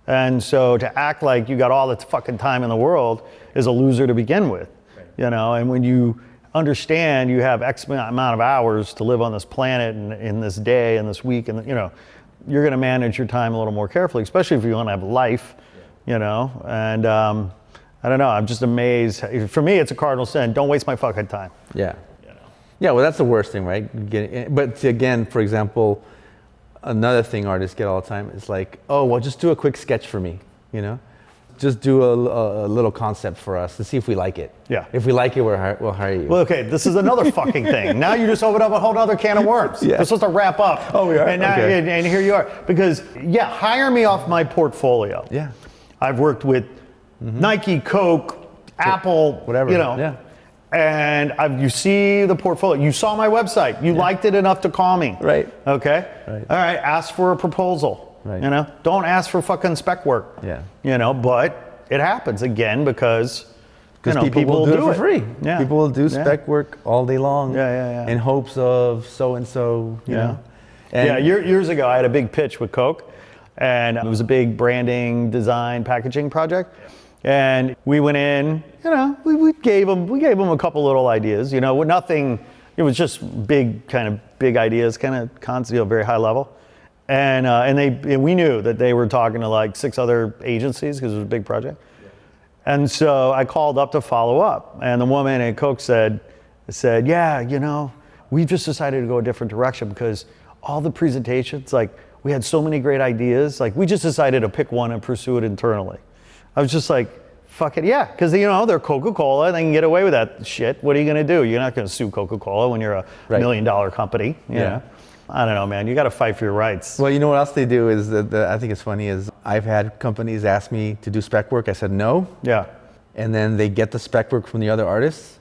Speaker 2: And so to act like you got all the fucking time in the world is a loser to begin with. You know, and when you understand you have X amount of hours to live on this planet and in this day and this week, and you know, you're going to manage your time a little more carefully, especially if you want to have life, you know. And um, I don't know, I'm just amazed. For me, it's a cardinal sin. Don't waste my fucking time.
Speaker 3: Yeah. Yeah, well, that's the worst thing, right? Getting, but see, again, for example, another thing artists get all the time is like, oh, well, just do a quick sketch for me, you know? Just do a, a- a little concept for us to see if we like it.
Speaker 2: Yeah.
Speaker 3: If we like it, we'll hire, we'll hire you.
Speaker 2: Well, okay, this is another fucking thing. Now you just opened up a whole other can of worms.
Speaker 3: Yeah.
Speaker 2: We're supposed to wrap up.
Speaker 3: Oh, we are?
Speaker 2: And, now,
Speaker 3: Okay.
Speaker 2: and, and here you are. Because, yeah, hire me off my portfolio.
Speaker 3: yeah. Mm-hmm.
Speaker 2: I've worked with Nike, Coke, Apple,
Speaker 3: Whatever,
Speaker 2: You know.
Speaker 3: yeah.
Speaker 2: And I've, you see the portfolio. You saw my website. You liked it enough to call me.
Speaker 3: Right.
Speaker 2: Okay.
Speaker 3: Right.
Speaker 2: All right. Ask for a proposal.
Speaker 3: Right.
Speaker 2: You know. Don't ask for fucking spec work.
Speaker 3: Yeah.
Speaker 2: You know. But it happens again because you
Speaker 3: Because
Speaker 2: know,
Speaker 3: people, will do, it for free.
Speaker 2: Yeah.
Speaker 3: People will do
Speaker 2: Yeah.
Speaker 3: spec work all day long.
Speaker 2: Yeah, yeah, yeah.
Speaker 3: In hopes of so and so, you
Speaker 2: Yeah.
Speaker 3: know? And
Speaker 2: yeah, year, years ago, I had a big pitch with Coke, and it was a big branding, design, packaging project. And we went in, you know, we, we gave them we gave them a couple little ideas, you know, with nothing. It was just big kind of big ideas, kind of concept, you know, very high level. And uh, and they and we knew that they were talking to like six other agencies because it was a big project. And so I called up to follow up, and the woman at Coke said, said, yeah, you know, we just decided to go a different direction because all the presentations, like we had so many great ideas, like we just decided to pick one and pursue it internally. I was just like, fuck it, yeah, because you know they're Coca-Cola, they can get away with that shit. What are you gonna do? You're not gonna sue Coca-Cola when you're a
Speaker 3: Right.
Speaker 2: million-dollar company. You
Speaker 3: Yeah.
Speaker 2: know? I don't know, man. You got to fight for your rights.
Speaker 3: Well, you know what else they do is that the, I think it's funny is I've had companies ask me to do spec work. I said no,
Speaker 2: Yeah.
Speaker 3: and then they get the spec work from the other artists.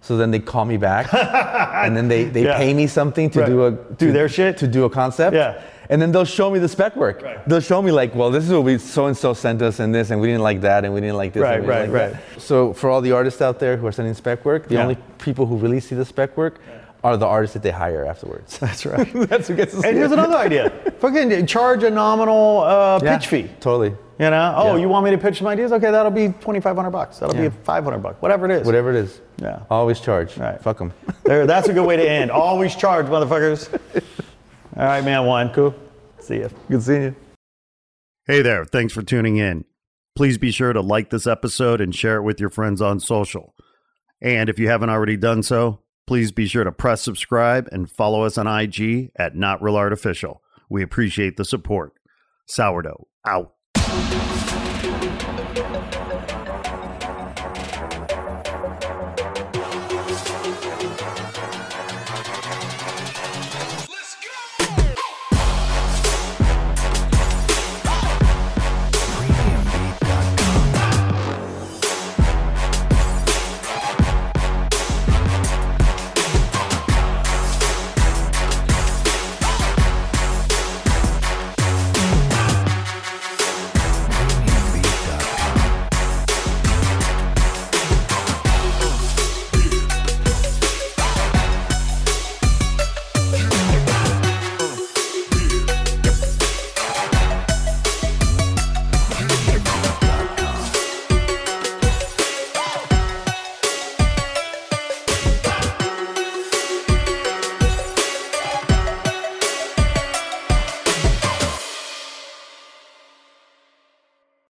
Speaker 3: So then they call me back, and then they, they
Speaker 2: Yeah.
Speaker 3: pay me something to
Speaker 2: Right.
Speaker 3: do a
Speaker 2: Do
Speaker 3: to-
Speaker 2: their shit?
Speaker 3: to do a concept.
Speaker 2: Yeah.
Speaker 3: And then they'll show me the spec work.
Speaker 2: Right.
Speaker 3: They'll show me like, well, this is what we so and so sent us, and this, and we didn't like that, and we didn't like this. and
Speaker 2: Right,
Speaker 3: we didn't
Speaker 2: right,
Speaker 3: like that.
Speaker 2: right.
Speaker 3: So for all the artists out there who are sending spec work, the
Speaker 2: Yeah.
Speaker 3: only people who really see the spec work are the artists that they hire afterwards.
Speaker 2: That's right.
Speaker 3: That's who gets to see
Speaker 2: And here's
Speaker 3: it.
Speaker 2: another idea. Fucking charge a nominal uh, pitch fee.
Speaker 3: Totally.
Speaker 6: You know, oh,
Speaker 3: Yeah.
Speaker 6: you want me to pitch some ideas? Okay, that'll be twenty five hundred bucks. That'll
Speaker 3: Yeah.
Speaker 6: be five hundred bucks. Whatever it is.
Speaker 3: Whatever it is.
Speaker 6: Yeah.
Speaker 3: Always charge.
Speaker 6: Right.
Speaker 3: Fuck them.
Speaker 6: There, that's a good way to end. Always charge, motherfuckers. All right, man. One. Cool. See ya.
Speaker 3: Good seeing you.
Speaker 2: Hey there, thanks for tuning in. Please be sure to like this episode and share it with your friends on social. And if you haven't already done so, please be sure to press subscribe and follow us on IG at Not Real Artificial. We appreciate the support. Sourdough out.